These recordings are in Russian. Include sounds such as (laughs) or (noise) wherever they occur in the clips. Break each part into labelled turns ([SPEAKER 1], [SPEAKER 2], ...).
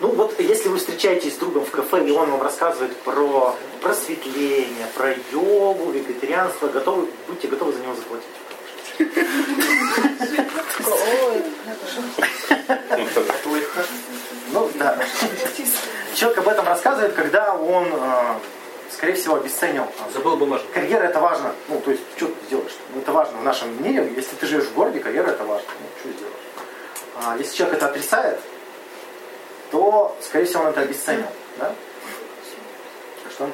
[SPEAKER 1] Ну, общаетесь с другом в кафе, и он вам рассказывает про просветление, про йогу, вегетарианство, готовы, будьте готовы за него заплатить. Ну да. Человек об этом рассказывает, когда он, э, скорее всего, обесценил. э,
[SPEAKER 2] Забыл бумажник.
[SPEAKER 1] Карьера это важно. Ну, то есть, что ты сделаешь? Ну, это важно в нашем мире. Если ты живешь в городе, карьера это важно. Ну, что сделаешь? А если человек это отрицает, то, скорее всего, он это обесценил. Да? Что?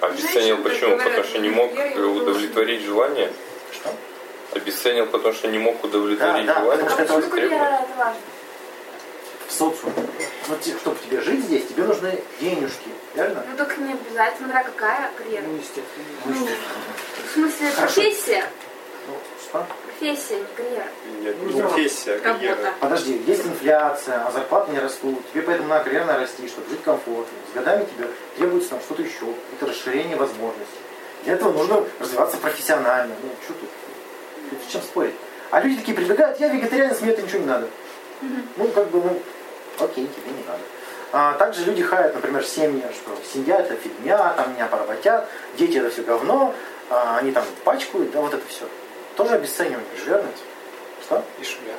[SPEAKER 3] Обесценил почему? Потому что не мог удовлетворить желание.
[SPEAKER 1] Что?
[SPEAKER 3] Обесценил, потому что не мог удовлетворить
[SPEAKER 1] Да, да,
[SPEAKER 4] А
[SPEAKER 3] желание.
[SPEAKER 1] потому что это
[SPEAKER 3] Потребность.
[SPEAKER 1] В социуме. Ну, чтобы тебе жить здесь, тебе нужны денежки. Верно?
[SPEAKER 4] Ну так не обязательно, смотря какая карьера.
[SPEAKER 2] Ну, естественно.
[SPEAKER 1] Ну, что?
[SPEAKER 4] В смысле,
[SPEAKER 1] Хорошо.
[SPEAKER 4] профессия.
[SPEAKER 1] Ну, что?
[SPEAKER 4] Профессия, не карьера.
[SPEAKER 3] Нет, не профессия, а карьера.
[SPEAKER 4] Работа.
[SPEAKER 1] Подожди, есть инфляция, а зарплаты не растут, тебе поэтому надо карьерно расти, чтобы жить комфортно. С годами тебе требуется там что-то еще, это расширение возможностей. Для этого нужно развиваться профессионально. Ну, что тут? Тут с чем спорить? А люди такие прибегают, я вегетарианец, мне это ничего не надо. Ну, как бы, ну, окей, тебе не надо. А, также люди хаят, например, семьи, что семья это фигня, там меня поработят, дети это все говно, а, они там пачкают, да, вот это все. Тоже обесценивание, верно? Что?
[SPEAKER 2] И шумят.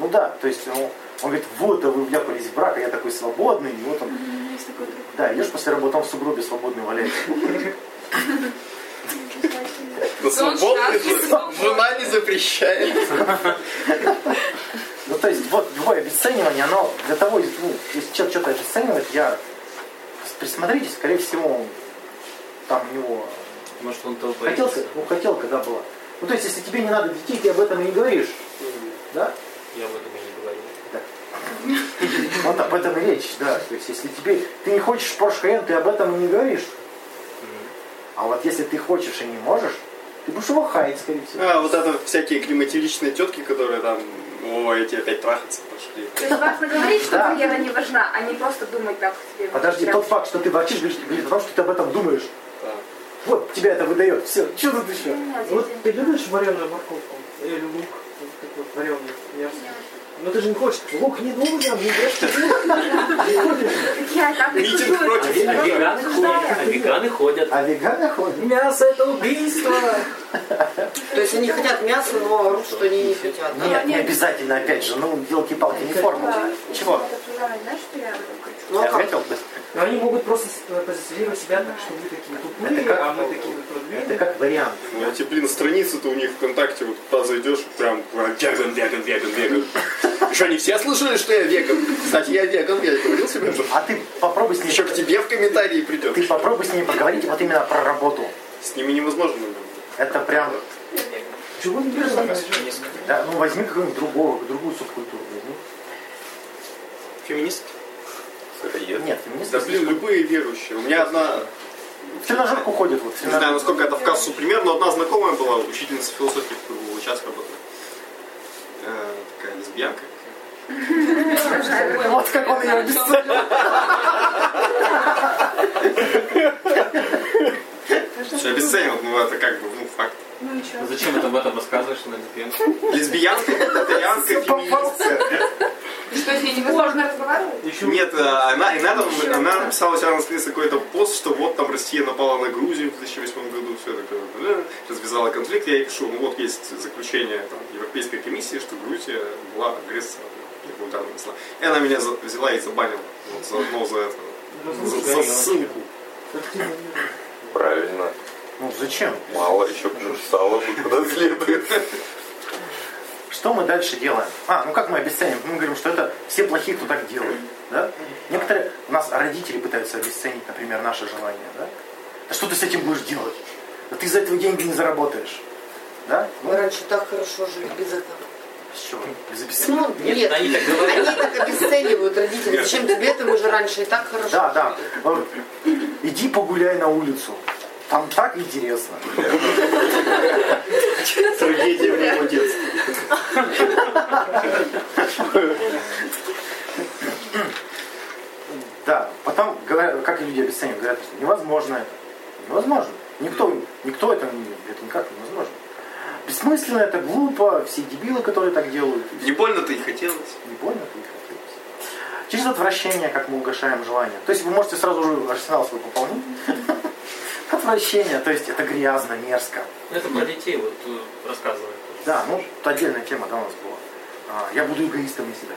[SPEAKER 1] Ну да, то есть ну, он, говорит, вот, да вы вляпались в брак, а я такой свободный, и вот он. Да, идешь после работы, он в сугробе свободный валяется.
[SPEAKER 3] (laughs)
[SPEAKER 5] Но
[SPEAKER 6] (laughs)
[SPEAKER 5] свободный
[SPEAKER 4] шаг,
[SPEAKER 5] жена- жена не запрещает.
[SPEAKER 1] Ну то есть вот любое обесценивание, оно для того, ну, если человек что-то обесценивает, я присмотритесь, скорее всего, там у него
[SPEAKER 2] Может, он толпа.
[SPEAKER 1] хотелка, ну хотелка, да, была. Ну то есть, если тебе не надо детей, ты об этом и не говоришь, да?
[SPEAKER 2] Я об этом и не говорил.
[SPEAKER 1] Вот об этом и речь, да. То есть, если тебе ты не хочешь Porsche Cayenne, ты об этом и не говоришь. А вот если ты хочешь и не можешь, ты будешь его хаять, скорее всего.
[SPEAKER 5] А, вот это всякие климатиличные тетки, которые там, о, эти опять трахаться пошли.
[SPEAKER 4] То есть важно говорить, что
[SPEAKER 1] Да.
[SPEAKER 4] карьера не важна, а не просто думать так себе.
[SPEAKER 1] Подожди,
[SPEAKER 4] Прям.
[SPEAKER 1] тот факт, что ты ворчишь, говорит, говорит о том, что ты об этом думаешь.
[SPEAKER 5] Да.
[SPEAKER 1] Вот тебя это выдает. Все, что тут еще?
[SPEAKER 4] Нет,
[SPEAKER 2] Вот
[SPEAKER 4] нет,
[SPEAKER 2] ты любишь вареную морковку? Или лук? Вот такой вареный, мерзкий.
[SPEAKER 4] нет.
[SPEAKER 2] Ну ты же не хочешь. Лук не нужен, не ешь лук.
[SPEAKER 4] Так Я так и
[SPEAKER 5] Митинг
[SPEAKER 4] хожу.
[SPEAKER 5] против.
[SPEAKER 4] Я
[SPEAKER 2] А веганы ходят.
[SPEAKER 4] обсуждаю.
[SPEAKER 2] А веганы ходят.
[SPEAKER 1] А веганы ходят.
[SPEAKER 2] Мясо это убийство.
[SPEAKER 7] То есть они хотят мяса, но орут, что они не хотят. да?
[SPEAKER 1] Нет, не обязательно, опять же, ну, елки-палки, не формула. Чего?
[SPEAKER 4] Это обсуждаю, знаешь, что я хочу?
[SPEAKER 7] Ну,
[SPEAKER 1] Я
[SPEAKER 7] а как?
[SPEAKER 1] ответил? Да.
[SPEAKER 2] Но они могут просто с- э, позиционировать себя так, что вы такие
[SPEAKER 1] Это
[SPEAKER 2] тупые,
[SPEAKER 1] как-
[SPEAKER 2] а мы такие вот
[SPEAKER 1] Это
[SPEAKER 2] продвинутые.
[SPEAKER 1] как вариант.
[SPEAKER 5] Ну, эти, блин, страницы-то у них ВКонтакте, вот туда зайдешь, прям веган, веган, веган, веган. Еще не все слышали, что я веган? Кстати, я веган, я говорил себе, что
[SPEAKER 1] А ты попробуй с ней,
[SPEAKER 5] еще к тебе в комментарии придет.
[SPEAKER 1] ты попробуй с ней поговорить вот именно про работу.
[SPEAKER 5] С ними невозможно. ну, блин.
[SPEAKER 1] Это прям,
[SPEAKER 2] Чего не берешь?
[SPEAKER 1] да, ну возьми какую-нибудь другого, другую субкультуру. Ну, возьми.
[SPEAKER 5] Феминист?
[SPEAKER 3] Сыроед.
[SPEAKER 1] Нет, феминисты.
[SPEAKER 5] Да, блин, любые верующие. У меня одна
[SPEAKER 1] В тренажерку ходят вот. в
[SPEAKER 5] Не знаю,
[SPEAKER 1] тренажерку.
[SPEAKER 5] насколько это в кассу пример, но одна знакомая была, учительница философии в КГУ, сейчас работает. Э, такая лесбиянка.
[SPEAKER 1] Вот как он ее обесценил.
[SPEAKER 5] Все обесценил, ну это как бы, ну, факт.
[SPEAKER 2] Зачем это об этом рассказываешь на лесбиянке?
[SPEAKER 5] Лесбиянка, вегетарианка, феминистка.
[SPEAKER 4] Ну, Что с ней невозможно разговаривать?
[SPEAKER 5] Нет, э, она, и надо- она написала у себя на странице какой-то пост, что вот там Россия напала на Грузию в 2008 году, все такое, э, развязала конфликт. Я ей пишу, ну вот есть заключение там, Европейской комиссии, что Грузия была агрессором. Я удар нанесла. И она меня за- взяла и забанила. Вот, заодно за это.
[SPEAKER 2] Ну,
[SPEAKER 5] За, за ссылку.
[SPEAKER 3] Правильно.
[SPEAKER 1] Ну зачем?
[SPEAKER 3] Мало еще писала бы куда следует.
[SPEAKER 1] Что мы дальше делаем? А, ну как мы обесценим? Мы говорим, что это все плохие, кто так делает. Да? Некоторые, у нас родители пытаются обесценить, например, наше желание. Да? Да что ты с этим будешь делать? Да ты из-за этого деньги не заработаешь. Да?
[SPEAKER 7] Мы раньше так хорошо жили без этого.
[SPEAKER 1] С чего? Без обесценивания?
[SPEAKER 7] Ну, нет.
[SPEAKER 2] они так
[SPEAKER 7] Они
[SPEAKER 2] говорят.
[SPEAKER 7] так обесценивают родители. Зачем тебе это? Мы же раньше и так хорошо
[SPEAKER 1] Да, да. Вот. Иди погуляй на улицу. Там так интересно.
[SPEAKER 5] Трагедия моего детства.
[SPEAKER 1] Да. Потом, говорят, как люди обесценивают, говорят, что невозможно это. Невозможно. Никто, никто это не Это никак невозможно. Бессмысленно, это глупо, все дебилы, которые так делают.
[SPEAKER 5] Не больно-то и хотелось.
[SPEAKER 1] Не больно ты хотелось. Через отвращение, как мы угошаем желание. То есть вы можете сразу же арсенал свой пополнить. (laughs) Отвращение, то есть это грязно, мерзко.
[SPEAKER 8] Это про детей вот э, рассказывает.
[SPEAKER 1] Да, ну, это отдельная тема, да, у нас была. А, Я буду эгоистом, если так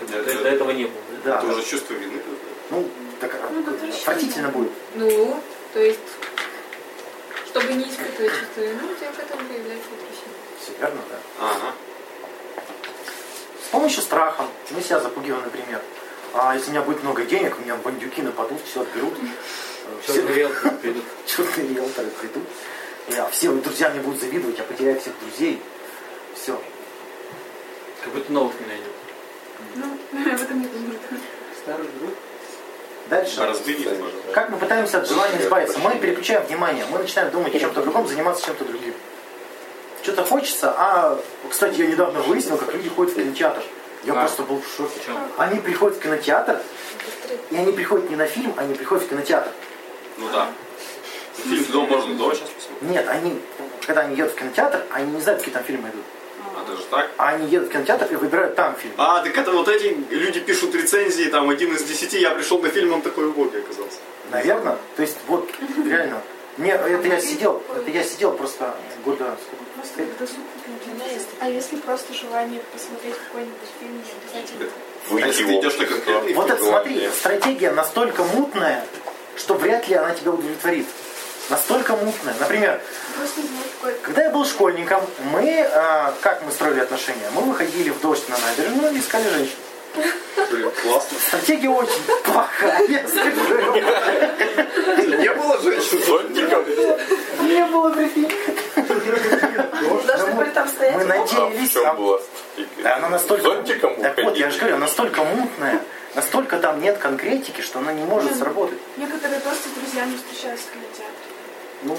[SPEAKER 1] сделаю.
[SPEAKER 8] Когда
[SPEAKER 5] Да,
[SPEAKER 8] до,
[SPEAKER 5] это-
[SPEAKER 8] до этого не было. да?
[SPEAKER 1] Да,
[SPEAKER 5] Это
[SPEAKER 1] да.
[SPEAKER 5] уже чувство вины. какое-то.
[SPEAKER 1] Ну, так а,
[SPEAKER 4] Ну, отвращение.
[SPEAKER 1] отвратительно будет.
[SPEAKER 4] Ну, то есть, чтобы не испытывать чувство вины, у тебя к этому появляется отвращение.
[SPEAKER 1] Все верно, да.
[SPEAKER 5] Ага.
[SPEAKER 1] С помощью страха. Мы себя запугиваем, например. А если у меня будет много денег, у меня бандюки нападут, все отберут. Э,
[SPEAKER 8] Всё,
[SPEAKER 1] Все
[SPEAKER 8] грелки придут.
[SPEAKER 1] черные риэлторы придут. Я, все друзья мне будут завидовать, я потеряю всех друзей. Все.
[SPEAKER 8] Как будто новых не найдет.
[SPEAKER 4] Ну, об этом не думаю.
[SPEAKER 2] Старый друг.
[SPEAKER 1] Дальше.
[SPEAKER 5] Разбили, возможно.
[SPEAKER 1] Как мы пытаемся от желания избавиться? Мы переключаем внимание, мы начинаем думать о чем-то другом, заниматься чем-то другим. Что-то хочется, а, кстати, я недавно выяснил, как люди ходят в кинотеатр. Я
[SPEAKER 8] А.
[SPEAKER 1] просто был в шоке.
[SPEAKER 8] Причем
[SPEAKER 1] Они приходят в кинотеатр, и они приходят не на фильм, они приходят в кинотеатр.
[SPEAKER 5] Ну да. Фильм «Дом» можно дома сейчас посмотреть.
[SPEAKER 1] Нет, они, когда они едут в кинотеатр, они не знают, какие там фильмы идут.
[SPEAKER 5] А даже так?
[SPEAKER 1] А они едут в кинотеатр и выбирают там фильм.
[SPEAKER 5] А, так это вот эти люди пишут рецензии, там один из десяти, я пришел на фильм, он такой убогий оказался.
[SPEAKER 1] Наверное. То есть вот реально. Мне, это я сидел, это я сидел просто года сколько,
[SPEAKER 9] Просто это А если просто желание посмотреть какой-нибудь фильм, не обязательно.
[SPEAKER 5] А если ты идешь на конкретный
[SPEAKER 1] Вот это, смотри,
[SPEAKER 3] Желание.
[SPEAKER 1] стратегия настолько мутная, что вряд ли она тебя удовлетворит. Настолько мутная. Например,
[SPEAKER 9] Просто не знаю, какой
[SPEAKER 1] когда я был школьником, мы, э, как мы строили отношения? Мы выходили в дождь на набережную и искали женщин.
[SPEAKER 5] Блин, классно.
[SPEAKER 1] Стратегия очень плохая, я скажу.
[SPEAKER 5] (laughs) Не было женщин сотников.
[SPEAKER 1] (laughs) Не было, прикинь.
[SPEAKER 9] Должны были там стоять.
[SPEAKER 1] ну, Мы
[SPEAKER 3] А в
[SPEAKER 1] надеялись, а
[SPEAKER 3] чем была
[SPEAKER 1] Да, она настолько...
[SPEAKER 3] Зонтиком
[SPEAKER 1] так вот, я
[SPEAKER 3] уходить?
[SPEAKER 1] же говорю, она настолько мутная, настолько там нет конкретики, что она не может сработать.
[SPEAKER 9] Некоторые просто с друзьями встречаются в кинотеатре.
[SPEAKER 1] Ну,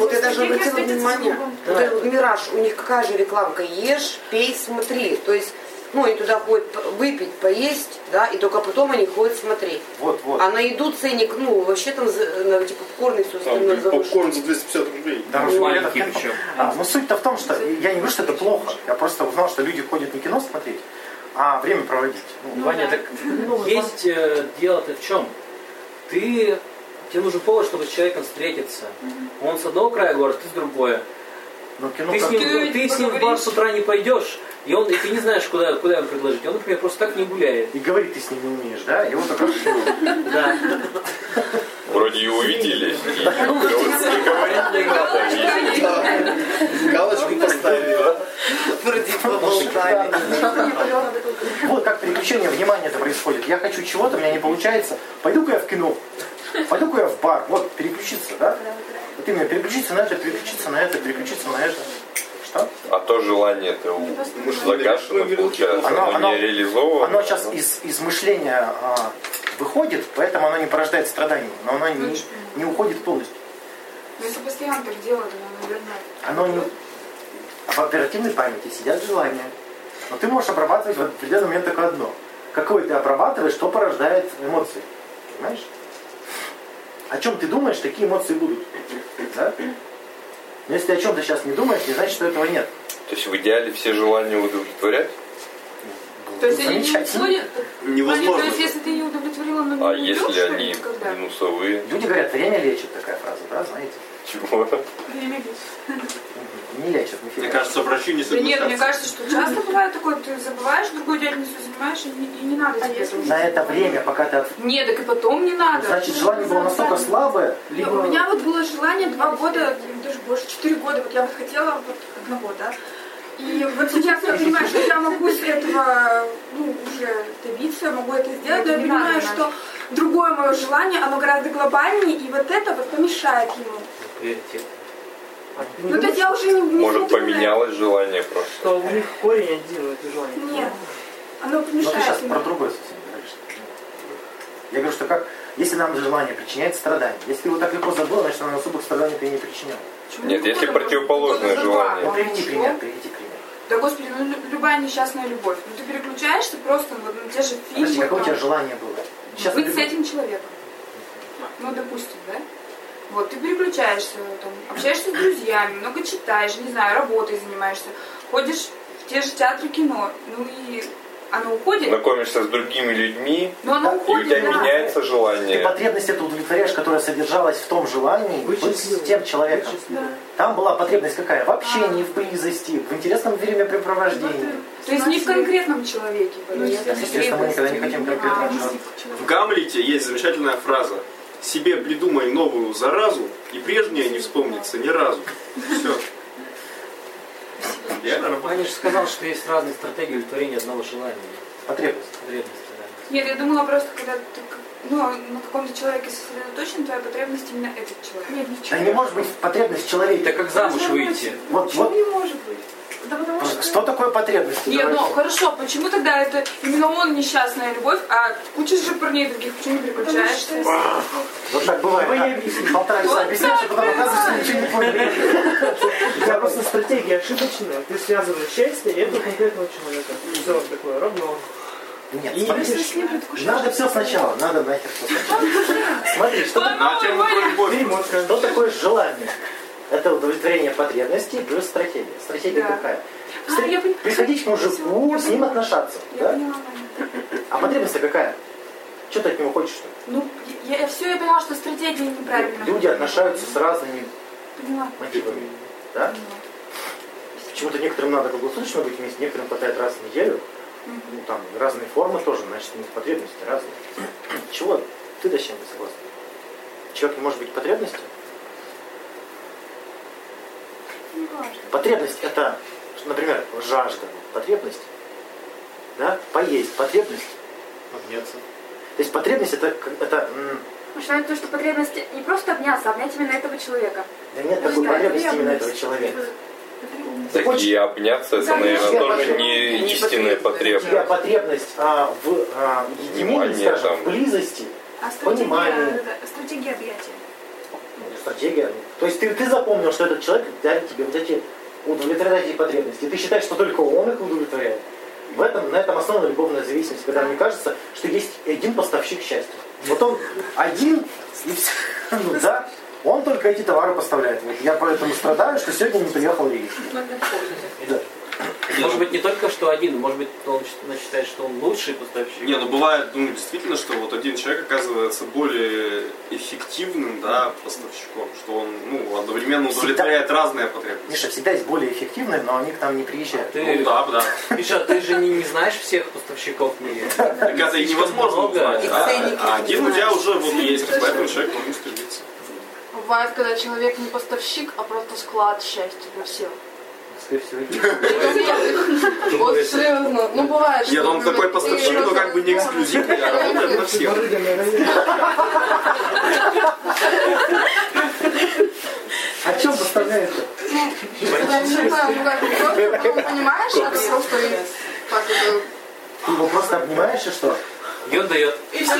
[SPEAKER 7] Вот я даже
[SPEAKER 9] Стратегия
[SPEAKER 7] обратила
[SPEAKER 9] встретиться с
[SPEAKER 7] внимание.
[SPEAKER 9] другом.
[SPEAKER 7] Вот этот вот Мираж, у них какая же рекламка? Ешь, пей, смотри. То есть, ну, они туда ходят п- выпить, поесть, да, и только потом они ходят смотреть.
[SPEAKER 1] вот, вот.
[SPEAKER 7] А на еду ценник, ну, вообще там, за- на эти попкорны и все остальное завышено.
[SPEAKER 5] за 250 рублей.
[SPEAKER 1] Дороже билетов
[SPEAKER 8] маленький
[SPEAKER 1] нет.
[SPEAKER 8] причем.
[SPEAKER 1] А, ну суть-то в том, что я не говорю, что это плохо. Я просто узнал, что люди ходят не кино смотреть, а время проводить. Ну,
[SPEAKER 8] Ваня, так есть э, дело-то в чем? Ты, тебе нужен повод, чтобы с человеком встретиться. Он с одного края города, ты с другое.
[SPEAKER 1] но
[SPEAKER 2] Ну,
[SPEAKER 1] кино
[SPEAKER 8] ты, с
[SPEAKER 1] как-
[SPEAKER 8] ним,
[SPEAKER 4] ты
[SPEAKER 8] ты с ним в бар с утра не пойдешь, и он, и ты не знаешь, куда, куда ему предложить. Он, например, просто так не гуляет.
[SPEAKER 1] И говорить ты с ним не умеешь, да? Его только
[SPEAKER 8] Да.
[SPEAKER 3] Вроде и увидели. и не говорить не надо. видели.
[SPEAKER 5] Галочку поставили, да?
[SPEAKER 7] Вроде поболтали.
[SPEAKER 1] Вот как переключение внимания это происходит. Я хочу чего-то, у меня не получается. Пойду-ка я в кино. Пойду-ка я в бар. Вот, переключиться, да? Вот именно переключиться на это, переключиться на это, переключиться на это. Что?
[SPEAKER 3] А то желание это у загашено получается.
[SPEAKER 1] Оно-
[SPEAKER 3] Оно
[SPEAKER 1] оно-
[SPEAKER 3] не реализовано.
[SPEAKER 1] Оно сейчас из, из мышления а, выходит, поэтому оно не порождает страданий, но оно не, не уходит полностью.
[SPEAKER 4] Ну, если постоянно так делать, ну, наверное.
[SPEAKER 1] Оно не... В оперативной памяти сидят желания. Но ты можешь обрабатывать в определенный момент только одно. Какое ты обрабатываешь, что порождает эмоции. Понимаешь? О чем ты думаешь, такие эмоции будут. Да? Но если ты о чем-то сейчас не думаешь, не значит, что этого нет.
[SPEAKER 3] То есть в идеале все желания удовлетворять?
[SPEAKER 4] То есть они не
[SPEAKER 1] Замечательно.
[SPEAKER 4] уходят?
[SPEAKER 5] Невозможно.
[SPEAKER 4] То есть если ты не удовлетворила, но не
[SPEAKER 3] А
[SPEAKER 4] уйдешь,
[SPEAKER 3] если
[SPEAKER 4] что ли,
[SPEAKER 3] они
[SPEAKER 4] Ну, никогда?
[SPEAKER 3] минусовые? (laughs)
[SPEAKER 1] Люди говорят, время лечит, такая фраза, да, знаете?
[SPEAKER 3] Чего?
[SPEAKER 1] Не лечит, не
[SPEAKER 5] Мне кажется, врачи не
[SPEAKER 4] Да нет, мне
[SPEAKER 5] согласятся.
[SPEAKER 4] кажется, что часто бывает такое, ты забываешь, другую деятельностью занимаешься, и, не- и не надо
[SPEAKER 9] А
[SPEAKER 4] тебе
[SPEAKER 9] если
[SPEAKER 4] этого.
[SPEAKER 1] На это время, пока ты... от-
[SPEAKER 4] Нет, так и потом не надо.
[SPEAKER 1] Значит, желание было настолько слабое,
[SPEAKER 4] Да, У меня вот было желание два года, даже больше, четыре года, вот я вот хотела вот одного, да. И вот сейчас я понимаю, что я могу с этого ну, уже добиться, я могу это сделать, но я
[SPEAKER 9] Не
[SPEAKER 4] понимаю,
[SPEAKER 9] надо, не
[SPEAKER 4] что другое мое желание, оно гораздо глобальнее, и вот это вот помешает ему.
[SPEAKER 8] Приоритет.
[SPEAKER 2] А
[SPEAKER 4] Ну, то есть я уже не, не
[SPEAKER 3] Может,
[SPEAKER 4] смотрю на это.
[SPEAKER 3] поменялось желание просто?
[SPEAKER 2] Что у них корень один, это желание.
[SPEAKER 4] Нет. Оно
[SPEAKER 1] Но Ну, ты сейчас
[SPEAKER 4] помешает
[SPEAKER 1] про
[SPEAKER 4] ему.
[SPEAKER 1] другое совсем говоришь. Я говорю, что как, если нам желание причиняет страдания, если ты его так легко забыл, значит, оно особых страданий ты и не причинял.
[SPEAKER 3] Нет, если противоположное
[SPEAKER 4] Года за два.
[SPEAKER 1] Ну,
[SPEAKER 3] желание.
[SPEAKER 1] приведи пример, приведи пример.
[SPEAKER 4] Да господи, ну лю- любая несчастная любовь. Ну ты переключаешься просто вот на те же
[SPEAKER 1] Подожди,
[SPEAKER 4] фильмы.
[SPEAKER 1] какое у тебя
[SPEAKER 4] там.
[SPEAKER 1] желание было? Сейчас
[SPEAKER 4] Быть с
[SPEAKER 1] например,
[SPEAKER 4] этим человеком. Ну, допустим, да? Вот, ты переключаешься, там, общаешься с друзьями, много читаешь, не знаю, работой занимаешься, ходишь в те же театры кино. Ну и Ну,
[SPEAKER 10] оно уходит,
[SPEAKER 3] Знакомишься с другими людьми,
[SPEAKER 10] но оно
[SPEAKER 3] и у
[SPEAKER 10] уходит,
[SPEAKER 3] тебя
[SPEAKER 10] да.
[SPEAKER 3] меняется
[SPEAKER 1] Ты
[SPEAKER 3] желание.
[SPEAKER 1] потребность эту удовлетворяешь, которая содержалась в том желании быть, с
[SPEAKER 2] счастливы.
[SPEAKER 1] тем человеком. Там была потребность какая? В общении,
[SPEAKER 4] А.
[SPEAKER 1] в близости, в интересном времяпрепровождении.
[SPEAKER 10] Ну,
[SPEAKER 4] Ну,
[SPEAKER 10] То есть не в конкретном человеке.
[SPEAKER 1] Так, Естественно, мы никогда не хотим
[SPEAKER 4] Ну, а
[SPEAKER 1] конкретного человека.
[SPEAKER 5] В Гамлете есть замечательная фраза. Себе придумай новую заразу, и прежняя не вспомнится ни разу. Все. Я нормально.
[SPEAKER 8] Ваня же сказал, что есть разные стратегии удовлетворения одного желания.
[SPEAKER 1] Потребность.
[SPEAKER 8] Потребности, да.
[SPEAKER 4] Нет, я думала просто, когда ты к- ну, на каком-то человеке сосредоточен, твоя потребность именно этот человек. Нет,
[SPEAKER 1] Да не может быть потребность в человеке.
[SPEAKER 8] Это как замуж выйти.
[SPEAKER 1] Вот,
[SPEAKER 4] Почему
[SPEAKER 1] вот.
[SPEAKER 4] не может быть? Да потому что...
[SPEAKER 1] Что такое потребность?
[SPEAKER 10] Не, ну
[SPEAKER 1] Давайте.
[SPEAKER 10] хорошо, почему тогда это именно он несчастная любовь, а куча же парней других почему не
[SPEAKER 4] Потому что
[SPEAKER 10] переключаешься?
[SPEAKER 4] если-
[SPEAKER 1] Вот так бывает.
[SPEAKER 2] Вы не
[SPEAKER 1] да? Полтора часа объясняешь, а потом оказывается, ничего не понял.
[SPEAKER 2] Да, просто стратегия ошибочная. Ты связываешь счастье и этого конкретного человека. Все такое равно.
[SPEAKER 1] Нет,
[SPEAKER 2] И
[SPEAKER 1] смотри,
[SPEAKER 2] если с ним
[SPEAKER 1] надо все сначала, надо нахер все сначала.
[SPEAKER 4] (laughs)
[SPEAKER 1] Смотри, что,
[SPEAKER 5] На тему про любовь.
[SPEAKER 2] перемотка.
[SPEAKER 1] что такое желание? Это удовлетворение потребностей плюс стратегия. Стратегия
[SPEAKER 4] Да.
[SPEAKER 1] какая?
[SPEAKER 4] А, я поняла.
[SPEAKER 1] Приходить к мужику, с ним отношаться.
[SPEAKER 4] Я
[SPEAKER 1] Да?
[SPEAKER 4] поняла, Ваня.
[SPEAKER 1] А потребность-то какая? Что ты от него хочешь?
[SPEAKER 4] Ну, я, все, я поняла, что стратегия неправильная.
[SPEAKER 1] Люди отношаются с разными
[SPEAKER 4] Поняла.
[SPEAKER 1] мотивами. Да? Почему-то некоторым надо круглосуточно быть вместе, некоторым хватает раз в неделю. Ну, там разные формы тоже, значит, у них потребности
[SPEAKER 4] (clears throat)
[SPEAKER 1] разные. Чего? Ты до чем не согласна? Человек не может быть потребностью?
[SPEAKER 4] Не важно.
[SPEAKER 1] Потребность это, например, жажда, потребность, да, поесть, потребность.
[SPEAKER 5] Обняться.
[SPEAKER 1] То есть потребность это, как- это м,
[SPEAKER 9] Потому что то, что потребность не просто обняться, а обнять именно этого человека.
[SPEAKER 1] да
[SPEAKER 4] Ну,
[SPEAKER 1] нет такой потребности именно этого человека.
[SPEAKER 3] Так и обняться, это,
[SPEAKER 10] Да,
[SPEAKER 3] наверное,
[SPEAKER 1] я
[SPEAKER 3] тоже
[SPEAKER 1] вообще
[SPEAKER 3] не
[SPEAKER 7] не
[SPEAKER 3] истинная
[SPEAKER 1] У тебя
[SPEAKER 3] потребность.
[SPEAKER 1] потребность а, в а, единении,
[SPEAKER 3] Внимание
[SPEAKER 1] скажем,
[SPEAKER 3] там.
[SPEAKER 1] в близости,
[SPEAKER 9] А стратегия,
[SPEAKER 1] Понимание.
[SPEAKER 9] э, стратегия объятия.
[SPEAKER 1] ну, стратегия. ну. То есть ты, ты запомнил, что этот человек дарит тебе вот эти удовлетворяют эти потребности. И ты считаешь, что только он их удовлетворяет. В этом, на этом основана любовная зависимость, когда мне кажется, что есть один поставщик счастья. Вот он один, и всё. (laughs) ну да, он только эти товары поставляет. Вот я поэтому страдаю, что сегодня не приехал Риш. Да.
[SPEAKER 8] Может быть, не только что один, может быть, он счит- считает, что он лучший поставщик.
[SPEAKER 5] Не, ну бывает, ну, действительно, что вот один человек оказывается более эффективным, да, поставщиком, что он, ну, одновременно
[SPEAKER 1] Всегда.
[SPEAKER 5] удовлетворяет разные потребности.
[SPEAKER 1] Миша, всегда есть более эффективные, но они к нам не приезжают.
[SPEAKER 8] Ты,
[SPEAKER 5] Ну, да, да.
[SPEAKER 8] Миша, ты же не, не знаешь всех поставщиков в мире.
[SPEAKER 5] Так это и невозможно
[SPEAKER 8] много.
[SPEAKER 5] узнать,
[SPEAKER 8] И
[SPEAKER 5] да.
[SPEAKER 7] ценники
[SPEAKER 5] А один у тебя
[SPEAKER 7] понимаешь.
[SPEAKER 5] уже вот есть, и поэтому человек к нему стремится.
[SPEAKER 10] Бывает, когда человек не поставщик, а просто склад счастья для всех. Ну,
[SPEAKER 1] Скорее всего, есть.
[SPEAKER 7] Ну,
[SPEAKER 10] Вот серьезно, ну бывает,
[SPEAKER 5] Нет, он
[SPEAKER 10] например,
[SPEAKER 5] такой
[SPEAKER 10] ты
[SPEAKER 5] поставщик, но как бы не эксклюзивный, а работает на всех.
[SPEAKER 1] О чем доставляется?
[SPEAKER 10] Я не знаю, ну как бы просто потом понимаешь, а ты просто и так это...
[SPEAKER 1] Ты его просто обнимаешь и что?
[SPEAKER 8] И он дает.
[SPEAKER 10] И все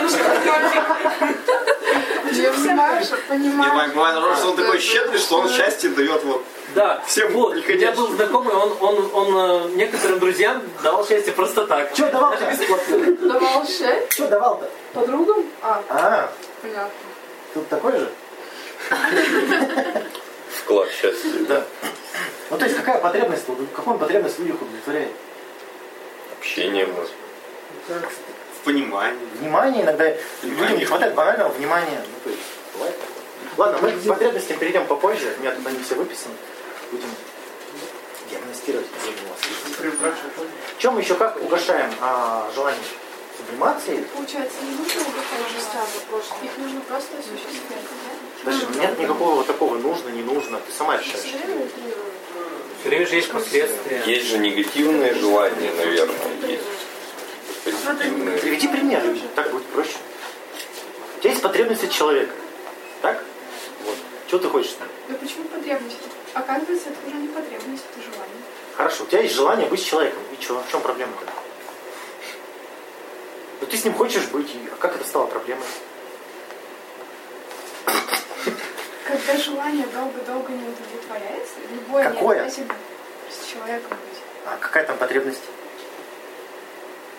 [SPEAKER 10] понимаешь,
[SPEAKER 5] И
[SPEAKER 10] понимаешь.
[SPEAKER 5] Майк Майнер, что он такой щедрый, что он счастье дает вот.
[SPEAKER 8] Да,
[SPEAKER 5] Всем
[SPEAKER 8] вот, у меня
[SPEAKER 5] приходящим.
[SPEAKER 8] был знакомый, он, он, он э, некоторым друзьям давал счастье просто так.
[SPEAKER 1] Че давал-то?
[SPEAKER 10] Давал шесть
[SPEAKER 1] Че давал-то?
[SPEAKER 10] подругам? А,
[SPEAKER 1] А,
[SPEAKER 10] понятно.
[SPEAKER 1] тут такой же?
[SPEAKER 3] Вклад счастья.
[SPEAKER 1] Да. Ну то есть какая потребность, вот какую он потребность в людях удовлетворяет?
[SPEAKER 3] Общение, может.
[SPEAKER 5] В понимании.
[SPEAKER 1] Внимание иногда, людям не
[SPEAKER 5] Внимание.
[SPEAKER 1] хватает банального внимания. Ну, то есть, бывает такое. Ладно, мы к потребностям перейдем попозже, у меня тут они все выписаны. Будем диагностировать, где они у вас есть. Чем мы еще как угошаем а, желание? Сублимацией?
[SPEAKER 9] Получается, не нужно угрожать просто. Их нужно просто осуществлять.
[SPEAKER 1] Даже нет никакого вот такого нужно, не нужно. Ты сама решаешь.
[SPEAKER 8] Все время же есть последствия.
[SPEAKER 3] Есть же негативные желания, наверное, есть. Позитивные.
[SPEAKER 1] Приведи примеры, так будет проще. У тебя есть потребности человека, так? Вот. Чего ты хочешь?
[SPEAKER 9] Да почему потребность? Оказывается, это уже не потребность, это желание.
[SPEAKER 1] Хорошо, у тебя есть желание быть человеком. И что? В чем проблема-то? Ну ты с ним хочешь быть, и- а как это стало проблемой?
[SPEAKER 9] Когда желание долго-долго не удовлетворяется, любое
[SPEAKER 1] Какое?
[SPEAKER 9] необязательно с человеком быть.
[SPEAKER 1] А какая там потребность?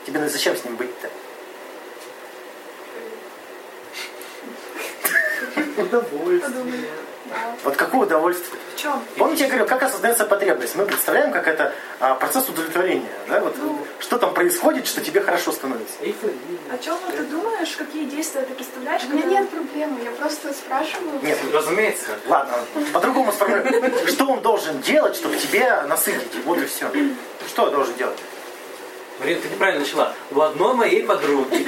[SPEAKER 1] Тебе ну, зачем с ним быть-то?
[SPEAKER 2] Удовольствие.
[SPEAKER 1] Вот какое удовольствие.
[SPEAKER 4] В чем?
[SPEAKER 1] Помните, я говорил, как осознается потребность? Мы представляем, как это а, процесс удовлетворения. Да? Вот, что там происходит, что тебе хорошо становится.
[SPEAKER 8] Эйфория.
[SPEAKER 9] О чем ты думаешь, какие действия ты представляешь?
[SPEAKER 10] У меня нет проблем, я просто спрашиваю.
[SPEAKER 1] Нет,
[SPEAKER 8] Разумеется.
[SPEAKER 1] ладно, по-другому сформулирую. Что он должен делать, чтобы тебя насытить? Вот и все. Что я должен делать?
[SPEAKER 8] Марина, ты неправильно начала. У одной моей подруги.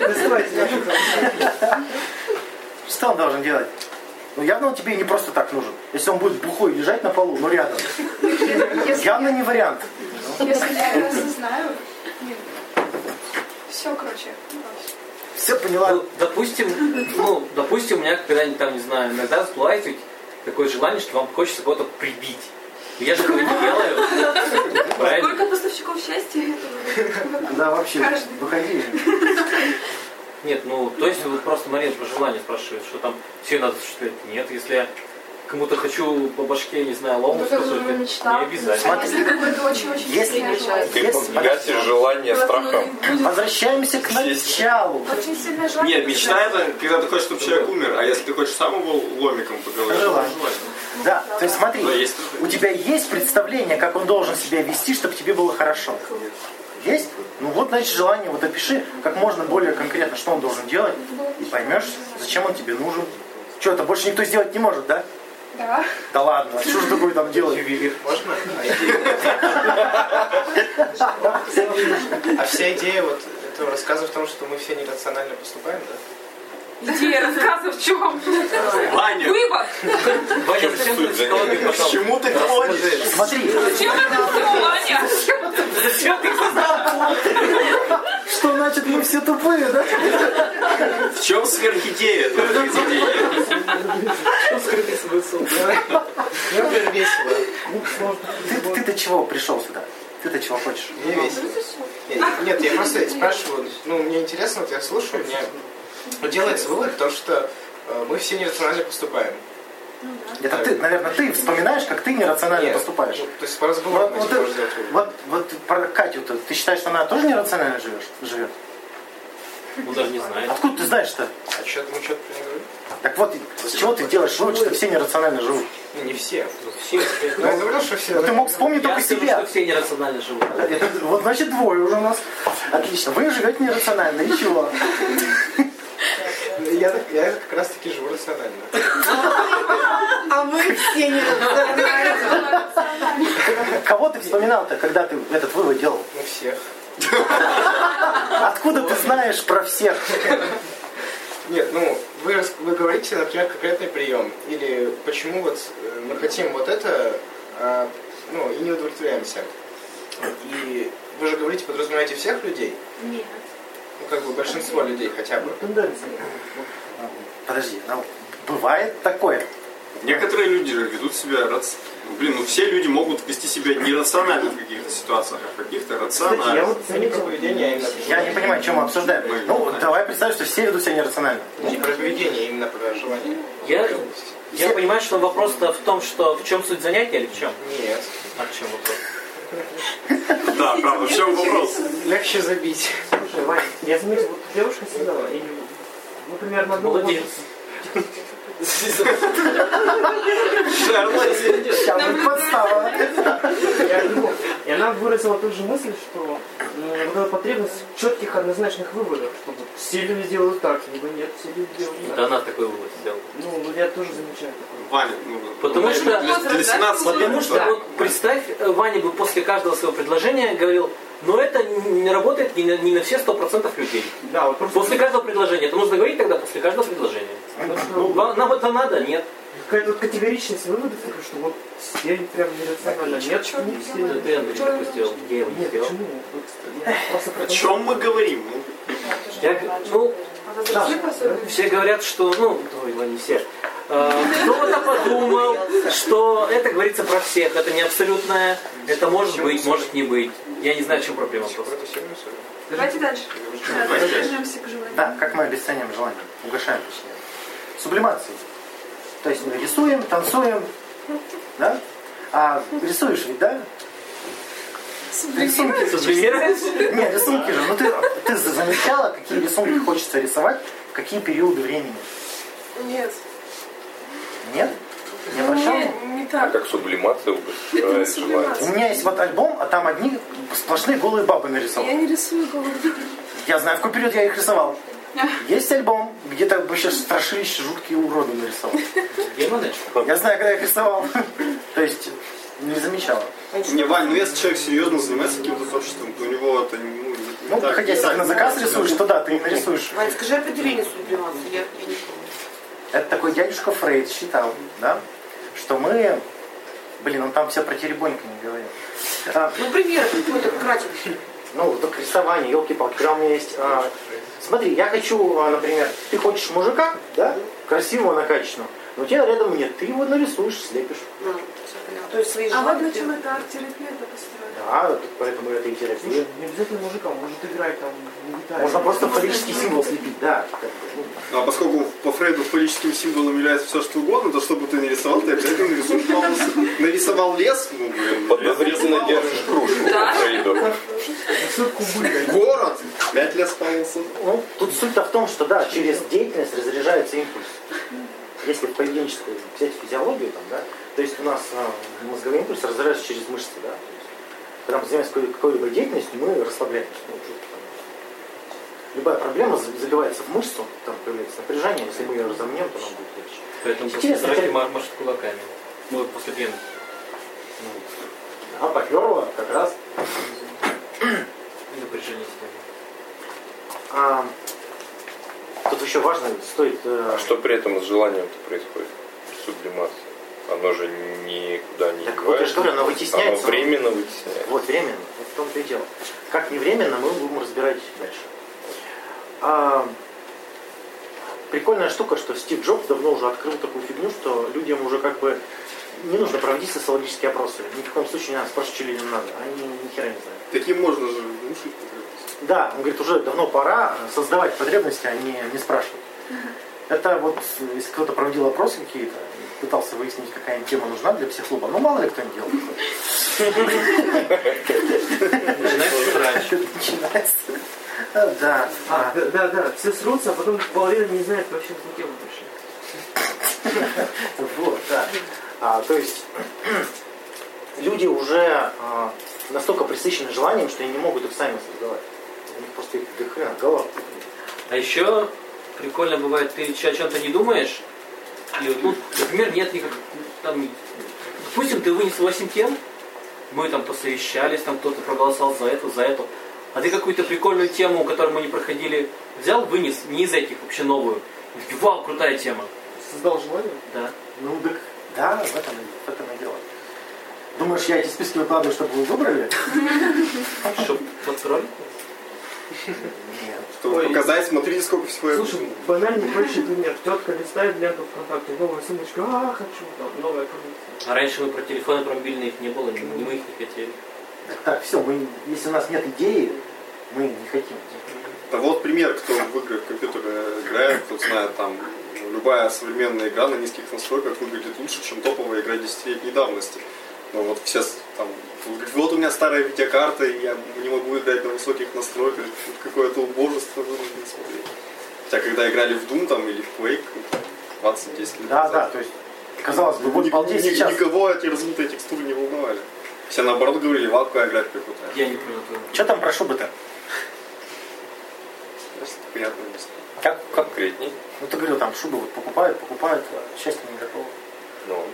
[SPEAKER 2] Доставайте нашу
[SPEAKER 1] Что он должен делать? Ну, явно он тебе не просто так нужен. Если он будет бухой лежать на полу, но рядом. Явно не вариант.
[SPEAKER 10] Если я знаю, все, короче.
[SPEAKER 1] Все поняла.
[SPEAKER 8] Ну, допустим, ну, допустим, у меня когда-нибудь там, не знаю, иногда всплывает ведь такое желание, что вам хочется кого-то прибить. Я же этого не делаю. Правильно?
[SPEAKER 4] Сколько поставщиков счастья этого?
[SPEAKER 1] Да, вообще,
[SPEAKER 4] Каждый.
[SPEAKER 1] выходи.
[SPEAKER 8] Нет, ну, то есть вот просто Марина про желание спрашивает, что там все надо осуществлять. Нет, если я кому-то хочу по башке, не знаю, лому
[SPEAKER 10] Ну, это
[SPEAKER 8] всосать,
[SPEAKER 10] уже мечта.
[SPEAKER 8] не обязательно.
[SPEAKER 1] Смотри.
[SPEAKER 10] Если какой-то очень-очень
[SPEAKER 1] Если
[SPEAKER 10] сильное желание.
[SPEAKER 3] Ты
[SPEAKER 1] Есть,
[SPEAKER 3] гасишь желание страхом.
[SPEAKER 1] Возвращаемся к началу.
[SPEAKER 9] Очень сильное желание.
[SPEAKER 5] Нет, мечта это, когда ты хочешь, чтобы человек умер, а если ты хочешь сам его ломиком по голове,
[SPEAKER 1] Желаю.
[SPEAKER 5] то желаю.
[SPEAKER 1] Да, то есть смотри,
[SPEAKER 5] Да, есть такое.
[SPEAKER 1] у тебя есть представление, как он должен себя вести, чтобы тебе было хорошо? Есть? Ну вот, значит, желание, вот опиши как можно более конкретно, что он должен делать, и поймешь, зачем он тебе нужен. Что, это больше никто сделать не может, да?
[SPEAKER 10] Да.
[SPEAKER 1] Да ладно, а что же такое там делать?
[SPEAKER 11] Ювелир можно? А вся идея вот этого рассказа в том, что мы все нерационально поступаем, да?
[SPEAKER 4] Идея рассказа в чем?
[SPEAKER 5] Ваня,
[SPEAKER 4] Вывод.
[SPEAKER 8] Ваня, зачем ты
[SPEAKER 3] Суть за ним.
[SPEAKER 8] психологию
[SPEAKER 5] к
[SPEAKER 8] пошел?
[SPEAKER 5] чему ты ходишь?
[SPEAKER 1] Смотри,
[SPEAKER 4] Зачем это все, Ваня?
[SPEAKER 8] Зачем ты
[SPEAKER 1] что значит мы все тупые, да?
[SPEAKER 5] В чем сверхидея этого произведения?
[SPEAKER 8] Что скрытый смысл?
[SPEAKER 11] Мне, Ну, например, весело.
[SPEAKER 1] Ты- Ты-то чего пришел сюда? Ты-то чего хочешь?
[SPEAKER 11] Мне весело. Нет, нет, я просто спрашиваю, ну, мне интересно, вот я слушаю, мне вот делается вывод, то, что э, мы все нерационально поступаем.
[SPEAKER 1] Это ты, наверное, ты вспоминаешь, как ты нерационально
[SPEAKER 11] Нет,
[SPEAKER 1] поступаешь.
[SPEAKER 11] ну, то есть по разговору
[SPEAKER 1] Вот,
[SPEAKER 11] мы
[SPEAKER 1] вот,
[SPEAKER 11] можем сделать
[SPEAKER 1] ты-
[SPEAKER 11] вывод.
[SPEAKER 1] вот, вот про Катю-то, ты считаешь, что она тоже нерационально живешь, живет?
[SPEAKER 8] Он Ну, даже не знает.
[SPEAKER 1] Откуда ты знаешь-то?
[SPEAKER 11] А что мы что-то про неё говорим?
[SPEAKER 1] Так вот, с чего ты делаешь вывод, что все нерационально живут?
[SPEAKER 11] Ну, не все.
[SPEAKER 8] Все, все.
[SPEAKER 11] Ну, я говорил, что все.
[SPEAKER 1] Ну, ты мог вспомнить
[SPEAKER 8] Я
[SPEAKER 1] только
[SPEAKER 8] скажу,
[SPEAKER 1] себя.
[SPEAKER 8] что все нерационально живут.
[SPEAKER 1] Это- вот значит двое уже у нас. Отлично. Вы живете нерационально, и чего?
[SPEAKER 11] Я, так- я как раз таки живу рационально.
[SPEAKER 7] А мы все не
[SPEAKER 1] Кого ты вспоминал-то, когда ты этот вывод делал?
[SPEAKER 11] Ну, всех.
[SPEAKER 1] Откуда ты знаешь про всех?
[SPEAKER 11] Нет, ну, вы, рас- вы говорите, например, конкретный прием. Или почему вот э, мы хотим вот это, а, ну, и не удовлетворяемся. И вы же говорите, подразумеваете всех людей?
[SPEAKER 9] Нет.
[SPEAKER 11] Ну, как бы большинство людей хотя бы.
[SPEAKER 1] Подожди, ну, бывает такое.
[SPEAKER 5] Некоторые люди же ведут себя рац- ну, Блин, ну все люди могут вести себя нерационально в каких-то ситуациях, а в каких-то
[SPEAKER 11] Кстати, я
[SPEAKER 5] рационально.
[SPEAKER 11] вот не про поведение, а именно про
[SPEAKER 1] Я не понимаю, чем мы обсуждаем. Ну, давай представим, что все ведут себя нерационально.
[SPEAKER 11] Не про поведение, а именно про желание.
[SPEAKER 8] Я, я понимаю, что вопрос-то в том, что в чем суть занятия или в чем?
[SPEAKER 11] Нет.
[SPEAKER 8] А в чем вопрос?
[SPEAKER 5] Да, правда, в чем вопрос?
[SPEAKER 11] Легче забить.
[SPEAKER 2] Слушай, Вань, я заметил, вот девушка сидела, и, ну, примерно одну...
[SPEAKER 8] Молодец.
[SPEAKER 5] Шарлотин.
[SPEAKER 1] Сейчас будет подстава.
[SPEAKER 2] Я- ну, И она выразила ту же мысль, что м, вот эта потребность четких однозначных выводов, чтобы все люди делают так, либо нет, все люди делают
[SPEAKER 8] Да
[SPEAKER 2] так.
[SPEAKER 8] она такой вывод сделала.
[SPEAKER 2] Ну, ну, я тоже замечаю такое.
[SPEAKER 5] Ваня, ну,
[SPEAKER 8] Потому
[SPEAKER 5] для-
[SPEAKER 8] что-
[SPEAKER 5] для- для 17 лет
[SPEAKER 8] Потому что,
[SPEAKER 5] это-
[SPEAKER 8] вот представь, э, Ваня бы после каждого своего предложения говорил, но это н- не работает не на, не на все 100% людей.
[SPEAKER 2] Да, вот просто
[SPEAKER 8] После каждого предложения. Это нужно говорить тогда после каждого предложения.
[SPEAKER 2] потому что
[SPEAKER 8] Ну, ва- нам это надо? Нет.
[SPEAKER 2] какая-то вот категоричность выводов, такая, что вот все прям нерационально. Нет, не
[SPEAKER 8] Это
[SPEAKER 2] все.
[SPEAKER 8] ты, Андрей, такой сделал. Я его не
[SPEAKER 2] Нет,
[SPEAKER 8] сделал. Э, а
[SPEAKER 2] почему? Вот, э, я просто
[SPEAKER 5] О
[SPEAKER 2] продолжаю.
[SPEAKER 5] чем мы говорим? Ну,
[SPEAKER 8] Я г- ну,
[SPEAKER 2] Да.
[SPEAKER 8] Все говорят, что, ну, ой, ладно, не все. Э, Кто-то подумал, что это говорится про всех, это не абсолютное, это может быть, может не быть. Я не знаю, в чем проблема просто.
[SPEAKER 11] Это все равно всё равно.
[SPEAKER 4] Давайте дальше. Да, Давайте вернемся к желанию.
[SPEAKER 1] Да, как мы обесценим желание, угошаем точнее. Сублимацией. То есть мы рисуем, танцуем, да? А рисуешь ведь, да? Рисунки.
[SPEAKER 8] Сублимировать?
[SPEAKER 1] Не, рисунки же. Ну ты, ты замечала, какие рисунки хочется рисовать, в какие периоды времени.
[SPEAKER 6] Нет.
[SPEAKER 1] Нет? Не обращал?
[SPEAKER 6] Не так.
[SPEAKER 3] А Как сублимация угощает желание.
[SPEAKER 1] У меня есть вот альбом, а там одни сплошные голые бабы
[SPEAKER 6] Я
[SPEAKER 1] нарисованы.
[SPEAKER 6] не рисую голову.
[SPEAKER 1] Я знаю, в какой период я их
[SPEAKER 6] (laughs)
[SPEAKER 1] рисовал. Есть альбом, где там вообще страшилища, жуткие уроды нарисовал. Я знаю, когда я их рисовал. (laughs) То есть не замечала.
[SPEAKER 5] Не, Вань, ну если человек серьезно занимается каким-то творчеством, то у него это ну, не- не
[SPEAKER 1] Ну,
[SPEAKER 5] так-
[SPEAKER 1] хотя
[SPEAKER 5] не
[SPEAKER 1] если
[SPEAKER 5] так
[SPEAKER 1] ты на заказ
[SPEAKER 5] получится.
[SPEAKER 1] рисуешь, то да, ты и нарисуешь.
[SPEAKER 7] Вань, скажи определение сублимации, я, я не помню.
[SPEAKER 1] Это такой дядюшка Фрейд считал, да? Что мы... Блин, он там все про теребоньку не говорил. А,
[SPEAKER 7] Ну, пример какой-то кратенький.
[SPEAKER 1] Ну, так рисование, елки-палки. Когда у меня есть... а, смотри, я хочу, а, например, ты хочешь мужика, да? Красивого, накачанного. Но у тебя рядом нет. Ты его нарисуешь, слепишь.
[SPEAKER 7] Ну, всё понятно. То есть свои
[SPEAKER 6] А вот
[SPEAKER 7] желания.
[SPEAKER 6] для чего это арт-терапевта построена?
[SPEAKER 1] Да, вот поэтому это и терапия.
[SPEAKER 2] Не обязательно мужикам, может играть там на гитаре.
[SPEAKER 1] Можно просто фаллический символ слепить, да. как бы, ну,
[SPEAKER 5] А поскольку по Фрейду фаллическим символом является все что угодно, то что бы ты ни рисовал, ты обязательно нарисуешь палос. Нарисовал лес, ну, блин,
[SPEAKER 3] Подозрительно держишь кружку Фрейду.
[SPEAKER 5] город, пять лет спалился.
[SPEAKER 1] Ну, тут суть-то в том, что да, через деятельность разряжается импульс. Если в поведенческую взять физиологию, там, да, то есть у нас а, мозговой импульс разряжается через мышцы, да. то есть Когда мы занимаемся какой- какой-либо деятельностью, мы расслабляемся. ну, чё-то там. Любая проблема за- забивается в мышцу, там появляется напряжение, если мы ее разомнем, то нам будет легче.
[SPEAKER 8] Поэтому после
[SPEAKER 1] Интересно,
[SPEAKER 8] драки
[SPEAKER 1] как-
[SPEAKER 8] ма- машет кулаками. Ну, после пены.
[SPEAKER 1] Ну, А поперло как раз.
[SPEAKER 8] И
[SPEAKER 2] (laughs)
[SPEAKER 8] напряжение себя.
[SPEAKER 1] А, тут еще важно, стоит э,
[SPEAKER 3] А что при этом с желанием-то происходит? Сублимация. Оно же никуда не
[SPEAKER 1] Так вот я
[SPEAKER 3] девается.
[SPEAKER 1] же говорю, оно вытесняется.
[SPEAKER 3] Оно временно вытесняется.
[SPEAKER 1] Вот временно, вот в том-то и дело. Как не временно, мы будем разбирать дальше. А, прикольная штука, что Стив Джобс давно уже открыл такую фигню, что людям уже как бы не нужно проводить социологические опросы. Ни в коем случае не надо спрашивать, что людям надо. Они ни хера не знают.
[SPEAKER 5] Таким можно же внушить. например.
[SPEAKER 1] Да, он говорит, уже давно пора создавать потребности, а не, не спрашивать. Это вот, э, если кто-то проводил опросы какие-то, пытался выяснить, какая им тема нужна для психлуба, ну мало ли кто им делал.
[SPEAKER 8] Начинается срач.
[SPEAKER 1] Что-то начинается. А, Да.
[SPEAKER 2] А, да, да, да, все срутся, а потом половина не знает вообще, что делать вообще.
[SPEAKER 1] Вот, да. А, то есть (clears throat) люди уже а, настолько присыщены желанием, что они не могут их сами создавать. У них просто их до хрена голова.
[SPEAKER 8] А еще прикольно бывает, ты чё- о чем-то не думаешь, и вот, ну, например, нет никак, там, допустим, ты вынес 8 тем, мы там посовещались, там кто-то проголосовал за это, за это, а ты какую-то прикольную тему, которую мы не проходили, взял, вынес, не из этих, вообще новую. И такие, Вау, крутая тема.
[SPEAKER 2] Создал желание?
[SPEAKER 8] Да.
[SPEAKER 1] Ну так. Да, в этом, и- в этом и дело. Думаешь, я эти списки выкладываю, чтобы вы выбрали?
[SPEAKER 8] Чтоб подтроллить.
[SPEAKER 1] Нет.
[SPEAKER 5] Чтобы
[SPEAKER 2] Ой.
[SPEAKER 5] показать, смотрите, сколько всего я
[SPEAKER 2] Слушай, банальный проще пример. Тетка листает ленту ВКонтакте, новая сумочка, а, хочу, там, новая коллекция.
[SPEAKER 8] А раньше мы про телефоны, про мобильные их не было, ни ни мы их не хотели.
[SPEAKER 1] Так, все, мы, если у нас нет идеи, мы не хотим.
[SPEAKER 5] Да вот пример, кто в игры в компьютере играет, кто знает там любая современная игра на низких настройках выглядит лучше, чем топовая игра десятилетней давности. Ну вот все с- там, говорит, вот у меня старая видеокарта, и я не могу играть на высоких настройках, Тут какое-то убожество вынужден смотреть. Хотя когда играли в Doom там, или в Quake, ну, там, 20-10 лет
[SPEAKER 1] Да,
[SPEAKER 5] назад,
[SPEAKER 1] да, то есть, казалось бы,
[SPEAKER 5] ни-
[SPEAKER 1] вот
[SPEAKER 5] ни-
[SPEAKER 1] балдей сейчас.
[SPEAKER 5] никого эти размытые текстуры не волновали. Все наоборот говорили, вау, какая графика крутая.
[SPEAKER 8] Я не понял твоего.
[SPEAKER 1] Что там про шубы-то?
[SPEAKER 5] Просто приятно не знаю.
[SPEAKER 1] Как?
[SPEAKER 3] Конкретней.
[SPEAKER 1] Ну ты говорил, там шубы вот покупают, покупают, а счастья не готово.
[SPEAKER 3] Ну,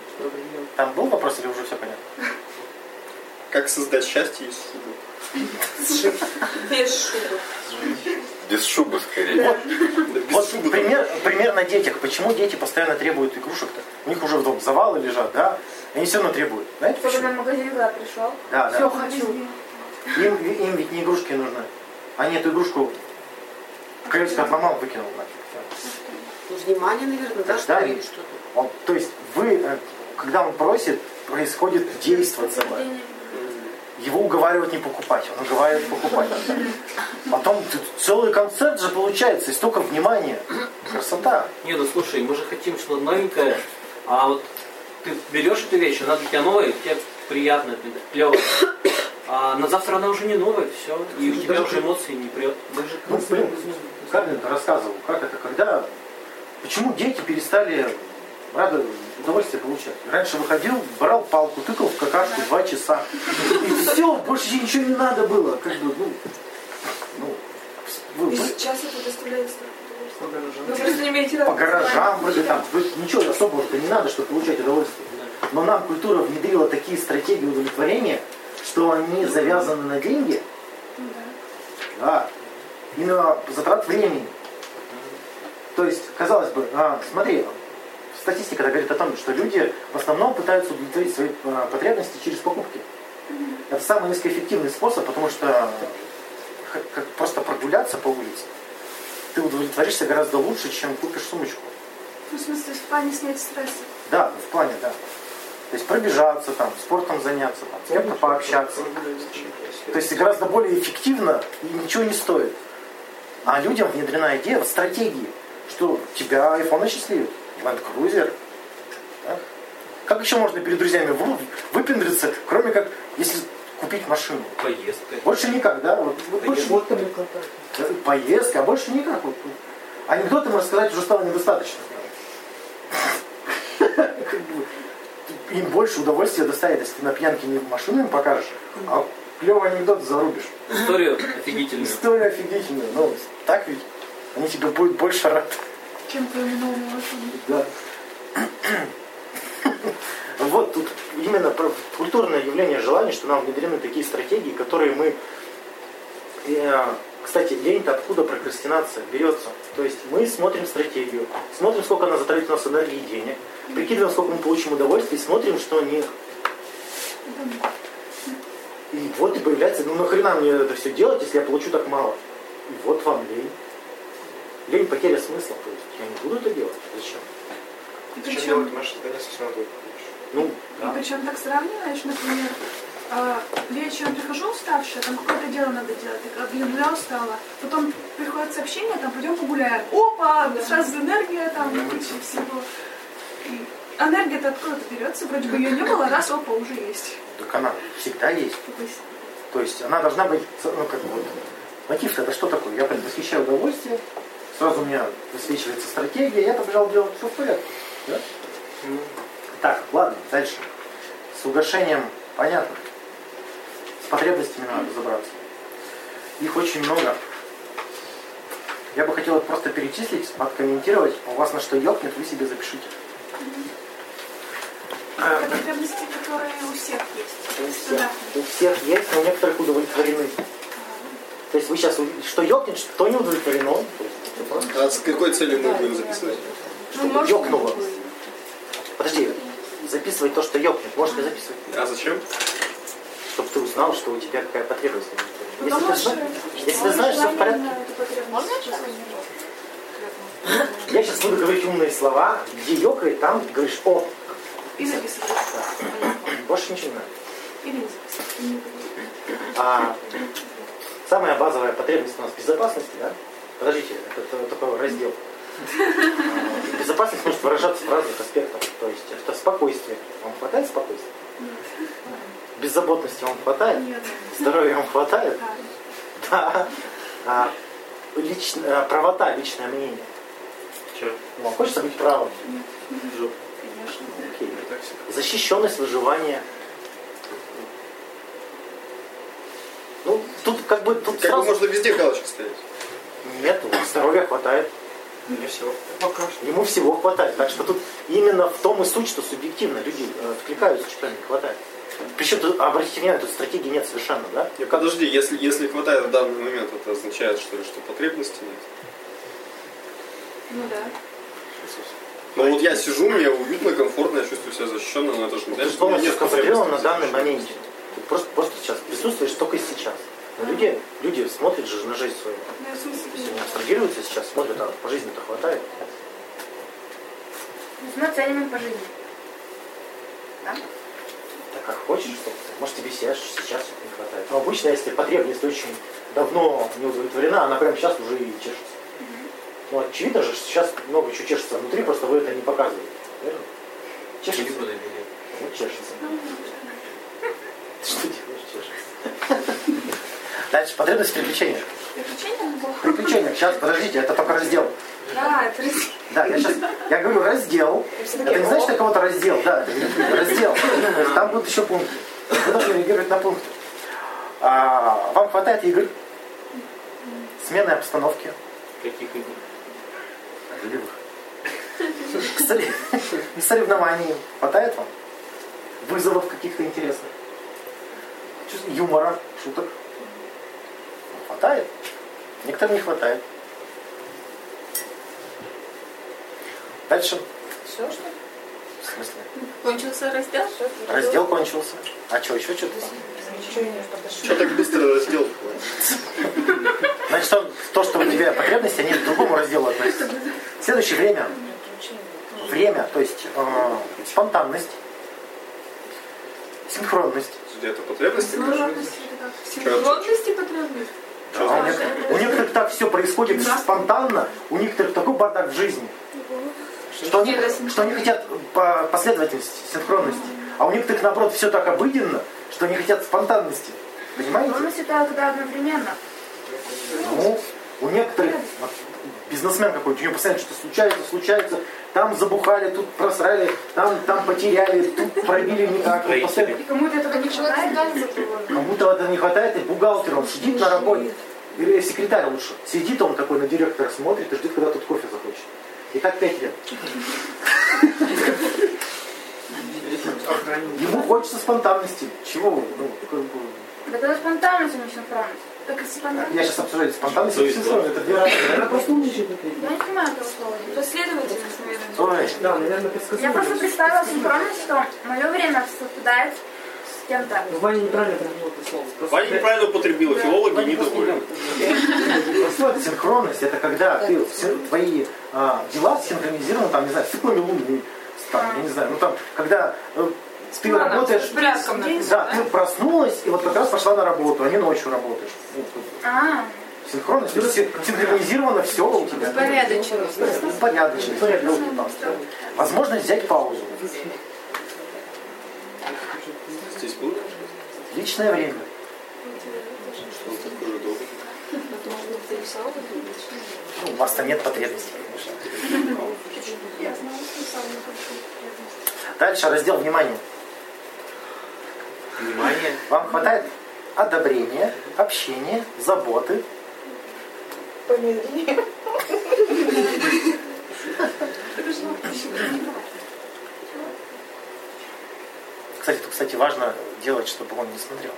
[SPEAKER 1] Там был вопрос или уже все понятно?
[SPEAKER 5] Как создать счастье из шубы?
[SPEAKER 6] Без шубы.
[SPEAKER 3] без шубы скорее.
[SPEAKER 5] Да, без
[SPEAKER 1] Вот
[SPEAKER 5] шубы там
[SPEAKER 1] пример, пример на детях. Почему дети постоянно требуют игрушек-то? У них уже в дом завалы лежат, да? Они все равно требуют. Знаете
[SPEAKER 9] Чтобы
[SPEAKER 1] почему?
[SPEAKER 9] на магазин, когда пришел,
[SPEAKER 1] Да,
[SPEAKER 9] все
[SPEAKER 1] да.
[SPEAKER 10] А
[SPEAKER 9] хочу.
[SPEAKER 1] Им, им ведь не игрушки нужны. Они эту игрушку колечко отломал, выкинул нафиг. Всё.
[SPEAKER 7] Ну, внимание, наверное, да,
[SPEAKER 1] Да,
[SPEAKER 7] что
[SPEAKER 1] да.
[SPEAKER 7] или что-то.
[SPEAKER 1] Вот, то есть вы, э, когда он просит, происходит действие целое. Его уговаривать не покупать, он уговаривает покупать. Потом т- целый концерт же получается, и столько внимания. Красота.
[SPEAKER 8] Не, ну слушай, мы же хотим что-то новенькое, а вот ты берешь эту вещь, она для тебя новая, тебе приятно, это клево. А на завтра она уже не новая, все, и у тебя уже эмоции не прет.
[SPEAKER 2] Даже
[SPEAKER 1] Ну,
[SPEAKER 2] красиво
[SPEAKER 1] блин,
[SPEAKER 2] без нее.
[SPEAKER 1] Карлин рассказывал, как это, когда Почему дети перестали рады удовольствие получать? Раньше выходил, брал палку, тыкал в какашку два часа. И все, больше тебе ничего не надо было. Как бы, ну, ну, вы-
[SPEAKER 4] И
[SPEAKER 1] вы-
[SPEAKER 4] сейчас это доставляет столько удовольствия. Вы просто не имеете
[SPEAKER 1] по
[SPEAKER 4] разума.
[SPEAKER 1] гаражам, вроде там, то есть ничего особого-то не надо, чтобы получать удовольствие. Но нам культура внедрила такие стратегии удовлетворения, что они завязаны на деньги, да, и на затрат времени. То есть, казалось бы, а, смотри, статистика говорит о том, что люди в основном пытаются удовлетворить свои а, потребности через покупки. Это самый низкоэффективный способ, потому что х- как просто прогуляться по улице, ты удовлетворишься гораздо лучше, чем купишь сумочку.
[SPEAKER 9] Ну, в смысле, в плане снять стресса.
[SPEAKER 1] Да, ну, в плане, да. То есть пробежаться, там, спортом заняться, там, с кем-то пообщаться. То есть гораздо более эффективно и ничего не стоит. А людям внедрена идея в стратегии, что тебя iPhone осчастливит, Land Cruiser. да? Как еще можно перед друзьями вы- выпендриться, кроме как если купить машину?
[SPEAKER 8] Поездка.
[SPEAKER 1] Больше никак, да? Вот, вот больше- да, Поездка, а больше никак. Вот, ну, Анекдотам рассказать уже стало недостаточно. (laughs) Как бы, Им больше удовольствия доставит, если ты на пьянке не машину им покажешь, а клевый анекдот зарубишь.
[SPEAKER 8] Историю офигительную.
[SPEAKER 1] История офигительная. Ну, так ведь они тебе будут больше рады.
[SPEAKER 9] Чем помянул машину.
[SPEAKER 1] Да. Вот тут именно про культурное явление желания, что нам внедрены такие стратегии, которые мы... э, Кстати, лень-то откуда прокрастинация берется? То есть мы смотрим стратегию, смотрим, сколько она затратит у нас энергии и денег, прикидываем, сколько мы получим удовольствия, и смотрим, что не... И вот и появляется, ну нахрена мне это все делать, если я получу так мало? И вот вам лень. Лень потеря смысла. То есть я не буду это делать. Зачем?
[SPEAKER 11] Зачем делать наше задание, если всё равно будет?
[SPEAKER 1] Ну,
[SPEAKER 9] И причем так сравниваешь, например, а, вечером прихожу уставшая, там какое-то дело надо делать, так, а, блин, ну я устала. Потом приходит сообщение, там, пойдем погуляем. Опа, сразу энергия там, куча всего. И энергия-то откуда-то берется, вроде бы ее не было, раз, опа, уже есть.
[SPEAKER 1] так она всегда есть.
[SPEAKER 9] То есть,
[SPEAKER 1] То есть она должна быть, ну как бы, вот, мотив это что такое? Я предвосхищаю удовольствие, сразу у меня высвечивается стратегия, я побежал делать все в порядке. Да? Так, ладно, дальше. С угошением понятно. С потребностями надо разобраться. Их очень много. Я бы хотел их просто перечислить, откомментировать. А У вас на что ёкнет, вы себе запишите.
[SPEAKER 9] это потребности, которые у всех есть.
[SPEAKER 1] У всех, у всех есть, но у некоторых удовлетворены. То есть вы сейчас что ёкнет, что не удовлетворено. То есть это
[SPEAKER 10] Ну,
[SPEAKER 1] просто
[SPEAKER 5] А с какой целью мы будем записывать?
[SPEAKER 1] чтобы ёкнуло. Подожди, записывать то, что ёкнет, можешь не записывать.
[SPEAKER 5] А зачем?
[SPEAKER 1] Чтобы ты узнал, что у тебя какая потребность. Если
[SPEAKER 10] Ну, Потому
[SPEAKER 1] ты,
[SPEAKER 10] что-
[SPEAKER 1] зна- если ты знаешь, все в порядке.
[SPEAKER 10] Можно я сейчас возьму?
[SPEAKER 1] Я сейчас буду говорить умные слова, где ёкает, там ты говоришь «о».
[SPEAKER 9] И записывать.
[SPEAKER 1] Больше ничего не надо.
[SPEAKER 9] Или не записывать.
[SPEAKER 1] А самая базовая потребность у нас безопасности, да? Подождите, это, это такой раздел. А, Безопасность может выражаться в разных аспектах. То есть это спокойствие. Вам хватает спокойствия? Беззаботности вам хватает?
[SPEAKER 9] Нет.
[SPEAKER 1] Здоровья вам хватает? Да. А, лич- а, правота, личное мнение.
[SPEAKER 8] Че?
[SPEAKER 1] Вам хочется быть правым? Ну,
[SPEAKER 8] Жопа.
[SPEAKER 9] Конечно.
[SPEAKER 1] Окей. Защищенность, выживание. Ну, тут как бы... Тут
[SPEAKER 5] Как бы
[SPEAKER 1] сразу-
[SPEAKER 5] можно везде галочку ставить?
[SPEAKER 1] Нет, здоровья хватает.
[SPEAKER 11] Не всего. Пока что.
[SPEAKER 1] Ему всего хватает. Так что тут именно в том и суть, что субъективно люди э, откликаются, что им не хватает. Причем, тут, обратите внимание, тут стратегии нет совершенно, да?
[SPEAKER 5] Не, подожди, если, если хватает в данный момент, это означает, что ли, что потребности нет?
[SPEAKER 9] Ну да.
[SPEAKER 5] Ну вот я сижу, мне уютно, комфортно, я чувствую себя защищенно, но это же не
[SPEAKER 1] Ты
[SPEAKER 5] значит, что у меня
[SPEAKER 1] полностью
[SPEAKER 5] нет потребностей.
[SPEAKER 1] сконцентрирован на данный моменте. Ты просто, просто сейчас присутствуешь только сейчас. Но люди, люди смотрят же на жизнь свою.
[SPEAKER 9] Ну, в
[SPEAKER 1] Если
[SPEAKER 9] смысле,
[SPEAKER 1] они абстрагируются сейчас, смотрят, а по жизни-то хватает.
[SPEAKER 7] Мы ценим по жизни.
[SPEAKER 1] Так как хочешь, что Может, тебе сейчас, сейчас что-то не хватает. Но обычно, если потребность очень давно не удовлетворена, она прямо сейчас уже и чешется. Ну, очевидно же, что сейчас много чего чешется внутри, просто вы это не показываете. Верно? Чешется? (laughs) Ну, чешется. Ты что делаешь, чешется? (laughs) Дальше потребность в приключениях.
[SPEAKER 9] Приключения было.
[SPEAKER 1] В приключениях. Сейчас, подождите, это только раздел.
[SPEAKER 4] Да, это раз-
[SPEAKER 1] Да, я сейчас, я говорю раздел.
[SPEAKER 4] всё-таки,
[SPEAKER 1] Это не значит, что
[SPEAKER 4] о.
[SPEAKER 1] я кого-то раздел, да, это раздел. Там будут еще пункты. Вы должны реагировать на пункты. А, вам хватает игр, смены обстановки,
[SPEAKER 8] Каких игр?
[SPEAKER 1] любых. Сорев- Соревнований хватает вам? Вызовов каких-то интересных? Чувств- Юмора, шуток? Хватает? Некоторым не хватает. Дальше.
[SPEAKER 10] Все, что ли?
[SPEAKER 1] В смысле?
[SPEAKER 10] Кончился раздел?
[SPEAKER 1] Раздел кончился. А что, еще что-то? там?
[SPEAKER 12] Что так быстро раздел?
[SPEAKER 1] Значит, то- то, Ну, что у тебя потребности, они к другому разделу относятся. Следующее время. Время, то есть э, спонтанность, синхронность.
[SPEAKER 5] Это потребности?
[SPEAKER 4] Синхронность и потребность.
[SPEAKER 1] Да, А у, нек- у некоторых так все происходит
[SPEAKER 4] Да.
[SPEAKER 1] спонтанно, у некоторых такой бардак в жизни, что они, что они хотят по- последовательности, синхронности. А у некоторых, наоборот, все так обыденно, что они хотят спонтанности. Понимаете?
[SPEAKER 6] Синхронность это когда одновременно.
[SPEAKER 1] Ну, у некоторых вот, бизнесмен какой-то, у него постоянно что-то случается, случается, там забухали, тут просрали, там, там потеряли, тут пробили не так. вот постоянно.
[SPEAKER 6] Кому-то это как человек
[SPEAKER 1] Кому-то вот это не хватает, и бухгалтер, он сидит на работе, или секретарь лучше, сидит он такой на директора смотрит и ждет, когда тут кофе захочет. И так пять лет. Ему хочется спонтанности. Чего? вы? Ну, как бы,
[SPEAKER 6] Да когда спонтанность, а не синхронность. Так и
[SPEAKER 1] ну, я сейчас обсуждаю спонтанность и синхрон. Это две разные.
[SPEAKER 2] Она просто умничает, например.
[SPEAKER 6] Я не понимаю этого слова. Последовательность, наверное.
[SPEAKER 1] Ой.
[SPEAKER 2] Да, наверное, предсказуемо.
[SPEAKER 6] Я просто представила синхронность, что мое время совпадает с кем-то.
[SPEAKER 2] Ваня неправильно употребил это слово. Просто-
[SPEAKER 12] Ваня неправильно употребила, филологи недовольны.
[SPEAKER 1] Просто синхронность это когда ты все твои а, дела синхронизированы, там, не знаю, с циклами луны, с там, я не знаю, ну там, когда э, ты
[SPEAKER 10] Ладно,
[SPEAKER 1] работаешь.
[SPEAKER 10] с порядком, да.
[SPEAKER 1] да, ты проснулась и вот как раз пошла на работу, а не ночью работаешь. Ну, как бы
[SPEAKER 6] А,
[SPEAKER 1] Синхронность, то есть син- синхронизировано все у тебя.
[SPEAKER 10] Порядочность.
[SPEAKER 1] Порядочность. порядок, там, всё. Возможность взять паузу.
[SPEAKER 5] Здесь было?
[SPEAKER 1] Личное время.
[SPEAKER 5] Что такое же долго?
[SPEAKER 1] Ну, у вас-то нет потребностей, конечно.
[SPEAKER 9] Я знала, что сам не хочу.
[SPEAKER 1] Дальше раздел внимания.
[SPEAKER 8] Внимание.
[SPEAKER 1] Вам хватает одобрения, общения, заботы,
[SPEAKER 7] Помедленнее.
[SPEAKER 1] Кстати, тут, кстати, важно делать, чтобы он не смотрел.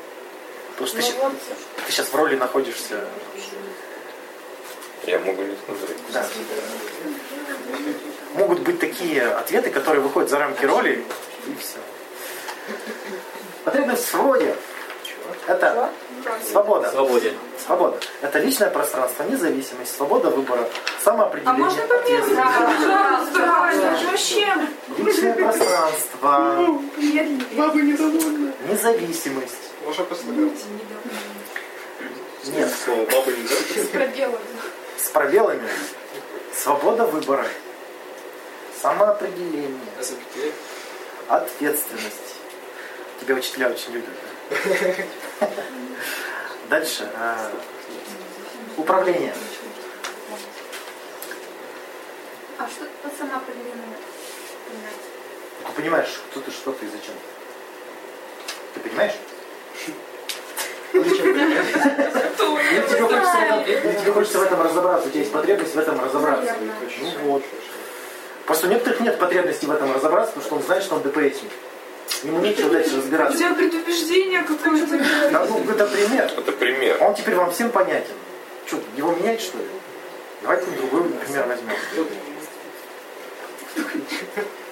[SPEAKER 1] Потому что ты, щ- ты сейчас в роли находишься.
[SPEAKER 3] Я могу не смотреть.
[SPEAKER 1] Да. Могут быть такие ответы, которые выходят за рамки роли, и все. Потребность в свободе. Это свобода.
[SPEAKER 8] Свободе.
[SPEAKER 1] Свобода. Это личное пространство, независимость, свобода выбора, самоопределение.
[SPEAKER 4] А можно помимо?
[SPEAKER 9] Да, да,
[SPEAKER 4] Да.
[SPEAKER 9] да. Вообще,
[SPEAKER 1] Личное пространство,
[SPEAKER 9] медленно.
[SPEAKER 12] Баба недовольна.
[SPEAKER 1] независимость.
[SPEAKER 11] Можно посмотреть.
[SPEAKER 1] Нет.
[SPEAKER 12] Слово баба недовольна.
[SPEAKER 1] С пробелами. Свобода выбора. Самоопределение. Ответственность. Тебя учителя очень любят. да? Дальше. а, Управление.
[SPEAKER 6] а что это самоопределенное?
[SPEAKER 1] Ты понимаешь, кто ты, что ты и зачем. Ты понимаешь?
[SPEAKER 4] (laughs)
[SPEAKER 1] Или Ну, тебе хочется в этом- или тебе хочется в этом разобраться, у тебя есть потребность в этом разобраться. Ну вот. Просто у некоторых нет потребности в этом разобраться, потому что он знает, что он депрессивный. Ему нечего дальше
[SPEAKER 4] У
[SPEAKER 1] разбираться.
[SPEAKER 4] тебя предубеждение какое-то.
[SPEAKER 1] Да, ну, это пример.
[SPEAKER 3] Это пример.
[SPEAKER 1] А Он теперь вам всем понятен. Что, его менять, что ли? Давайте другой, например, возьмем.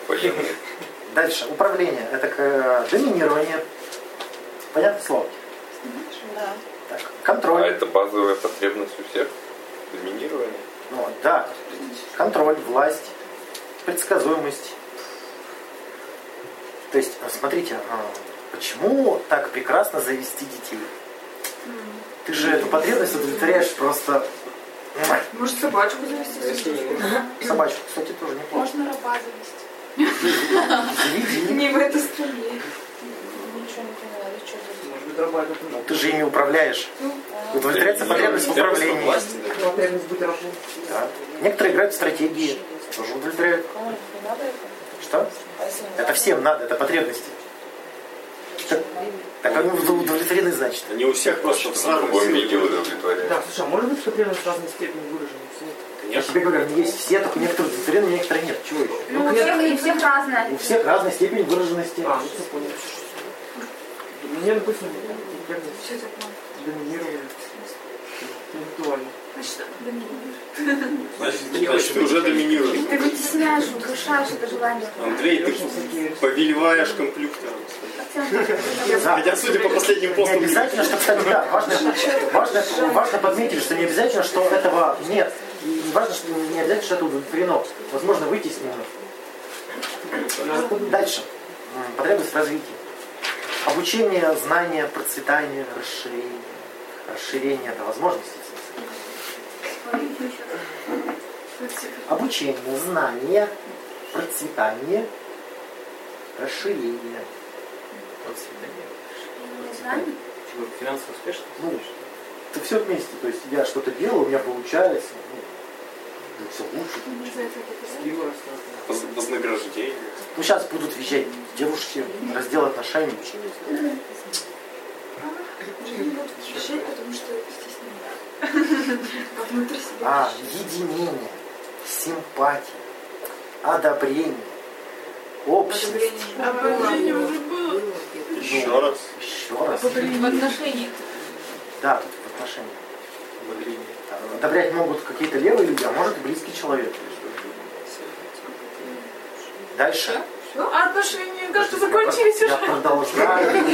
[SPEAKER 3] Военный.
[SPEAKER 1] Дальше. Управление. Это э, доминирование. Понятно слово?
[SPEAKER 10] Да.
[SPEAKER 1] Так.
[SPEAKER 3] А
[SPEAKER 1] Контроль.
[SPEAKER 3] это базовая потребность у всех. Доминирование.
[SPEAKER 1] Ну, да. Контроль, власть, предсказуемость. То есть, э, смотрите, э, почему так прекрасно завести детей? Ты же эту потребность удовлетворяешь просто муа,
[SPEAKER 4] Может, собачку завести?
[SPEAKER 1] собачку. Кстати, тоже неплохо.
[SPEAKER 9] Можно раба завести.
[SPEAKER 1] Заведи.
[SPEAKER 4] Не в эту стране.
[SPEAKER 13] ничего не поняла. Или что здесь?
[SPEAKER 2] Может быть, работа тоже.
[SPEAKER 1] Ну, Ты же ими управляешь. Удовлетворяется потребность в управлении.
[SPEAKER 2] Потребность быть рабом.
[SPEAKER 1] Да. Некоторые играют в стратегии. Тоже удовлетворяют.
[SPEAKER 13] Кому не надо это?
[SPEAKER 1] Что?
[SPEAKER 13] А если не
[SPEAKER 1] Это всем надо, это потребности. Так они удовлетворены, значит.
[SPEAKER 5] Они у всех просто
[SPEAKER 3] в другом виде удовлетворяют.
[SPEAKER 2] Да, слушай, а может быть, что потребность в разной степени выражена?
[SPEAKER 1] Я тебе говорю, они есть все, только некоторые удовлетворены, некоторые нет. Чего еще?
[SPEAKER 6] Ну, у всех, и у всех разное.
[SPEAKER 1] У всех разная степень выраженности.
[SPEAKER 2] А, ну, всё понял. Мне, допустим, потребность доминирования интеллектуально.
[SPEAKER 9] Значит,
[SPEAKER 12] Значит, значит, ты уже доминируешь.
[SPEAKER 6] Ты вытесняешь, удушаешь это желание.
[SPEAKER 12] Андрей, ты повелеваешь компьютером. Хотя, судя по последним
[SPEAKER 1] Не
[SPEAKER 12] постам,
[SPEAKER 1] обязательно, что, кстати, да, важно, важно, важно подметили, что не обязательно, что этого нет. И не важно, что не обязательно, что это удовлетворено. Возможно, вытеснено. Дальше. М, Потребность в развитии. Обучение, знание, процветание, расширение. Расширение это возможности. Обучение, знание, процветание, расширение.
[SPEAKER 8] Чего, финансово успешно?
[SPEAKER 1] Ну, это все вместе. То есть я что-то делаю, у меня получается. Ну, все лучше.
[SPEAKER 12] вознаграждение.
[SPEAKER 1] Ну, сейчас будут вещать девушки, раздел отношений.
[SPEAKER 4] Ощущать, потому что стесняюсь. А внутри себя.
[SPEAKER 1] А, единение, симпатия, одобрение, общность.
[SPEAKER 10] Обожение уже было.
[SPEAKER 1] Еще раз. Еще раз.
[SPEAKER 10] В отношениях.
[SPEAKER 1] Да, тут в отношениях. Да, Одобрять могут какие-то левые люди, а может и близкий человек. Дальше.
[SPEAKER 9] Отношения, кажется, закончились
[SPEAKER 1] Я
[SPEAKER 9] уже.
[SPEAKER 1] продолжаю.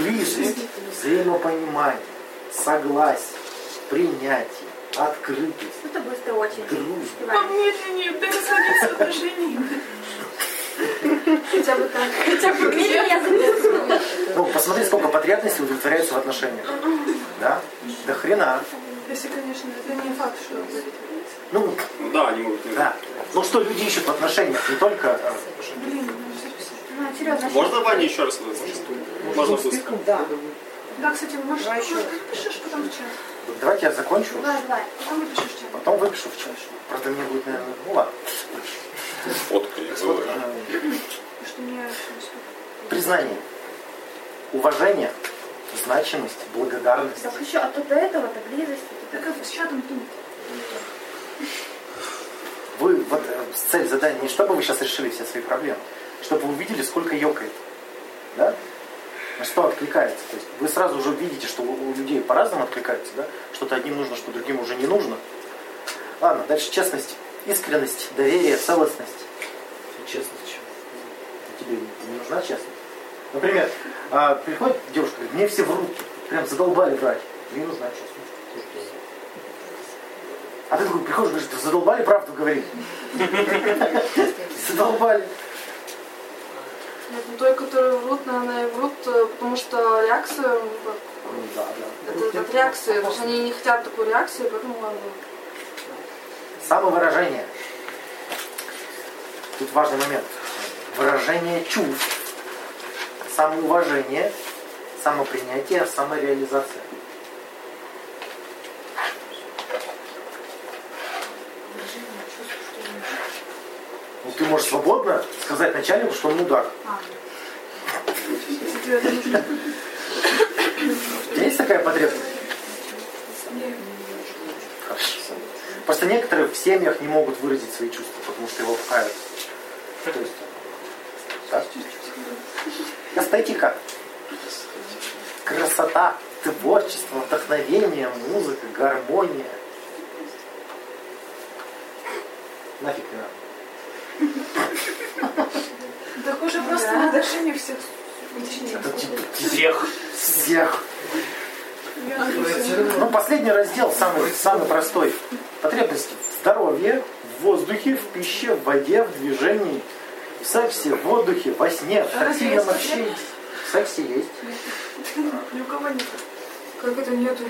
[SPEAKER 1] Близость, взаимопонимание, согласие, принятие, открытость,
[SPEAKER 6] Это быстро очень.
[SPEAKER 1] дружба.
[SPEAKER 6] Ну,
[SPEAKER 9] Помедленнее, дай насладиться отношениями.
[SPEAKER 6] Хотя бы так. Хотя бы где я записывала.
[SPEAKER 1] Ну, посмотри, сколько потребностей удовлетворяется в отношениях. Да? До хрена.
[SPEAKER 9] Если, конечно, это не факт, что удовлетворится.
[SPEAKER 1] Ну,
[SPEAKER 12] да, они могут не
[SPEAKER 1] да. Ну что люди ищут в отношениях, не только... э,
[SPEAKER 9] Блин, ну серьезно.
[SPEAKER 6] Ну, серьезно.
[SPEAKER 12] Можно Ваня еще раз вызвать? Можно быстро.
[SPEAKER 7] Да.
[SPEAKER 9] Да, кстати, можешь, может, ты пишешь потом в чат.
[SPEAKER 1] Давайте я закончу,
[SPEAKER 6] Давай, давай.
[SPEAKER 9] Потом
[SPEAKER 4] Ну,
[SPEAKER 9] выпишешь в чат.
[SPEAKER 1] потом выпишу в чат. Правда, мне будет, наверное, ну ладно. Э,
[SPEAKER 3] Фотка и было.
[SPEAKER 9] Потому что мне очень успокоит.
[SPEAKER 1] Признание. Уважение, значимость, благодарность.
[SPEAKER 6] Так еще, а то до этого, до близости. то
[SPEAKER 9] Так а с чатом думать.
[SPEAKER 1] Вы, вот э, цель задания не чтобы вы сейчас решили все свои проблемы, чтобы вы увидели, сколько ёкает. Да? На что откликается. То есть вы сразу уже видите, что у у людей по-разному откликается, да? Что-то одним нужно, что другим уже не нужно. Ладно, дальше честность, искренность, доверие, целостность.
[SPEAKER 8] Честно, чего?
[SPEAKER 1] Тебе не нужна честность. Например, а, приходит девушка, говорит, мне все врут, прям задолбали врать. Мне нужна честность. А ты такой приходишь, говоришь, «Да задолбали правду говорить. Задолбали.
[SPEAKER 10] Нет, ну той, которые врут, наверное, и врут, э, потому что реакция, ну, как,
[SPEAKER 1] Ну Да, да.
[SPEAKER 10] это от реакции, потому что они не хотят такую реакцию, поэтому ладно.
[SPEAKER 1] Самовыражение. Тут важный момент. Выражение чувств. Самоуважение, самопринятие, самореализация. Ну, ты можешь свободно сказать начальнику, что он мудак.
[SPEAKER 9] Если тебе это нужно.
[SPEAKER 1] У тебя есть такая потребность? Хорошо. Просто некоторые в семьях не могут выразить свои чувства, потому что его пхают. То есть, да? Эстетика. Красота, творчество, вдохновение, музыка, гармония. Нафиг не надо.
[SPEAKER 9] Так уже просто на отношения всех. Точнее,
[SPEAKER 1] Это типа
[SPEAKER 8] Всех.
[SPEAKER 1] всех.
[SPEAKER 9] я всё.
[SPEAKER 1] Ну, последний раздел, самый, самый простой. Потребности в здоровье, в воздухе, в пище, в воде, в движении, в сексе, в воздухе, во сне, в
[SPEAKER 9] А разве
[SPEAKER 1] тактильном
[SPEAKER 9] есть
[SPEAKER 1] общении. В сексе есть.
[SPEAKER 9] Ни у кого нет.
[SPEAKER 10] Как это нету?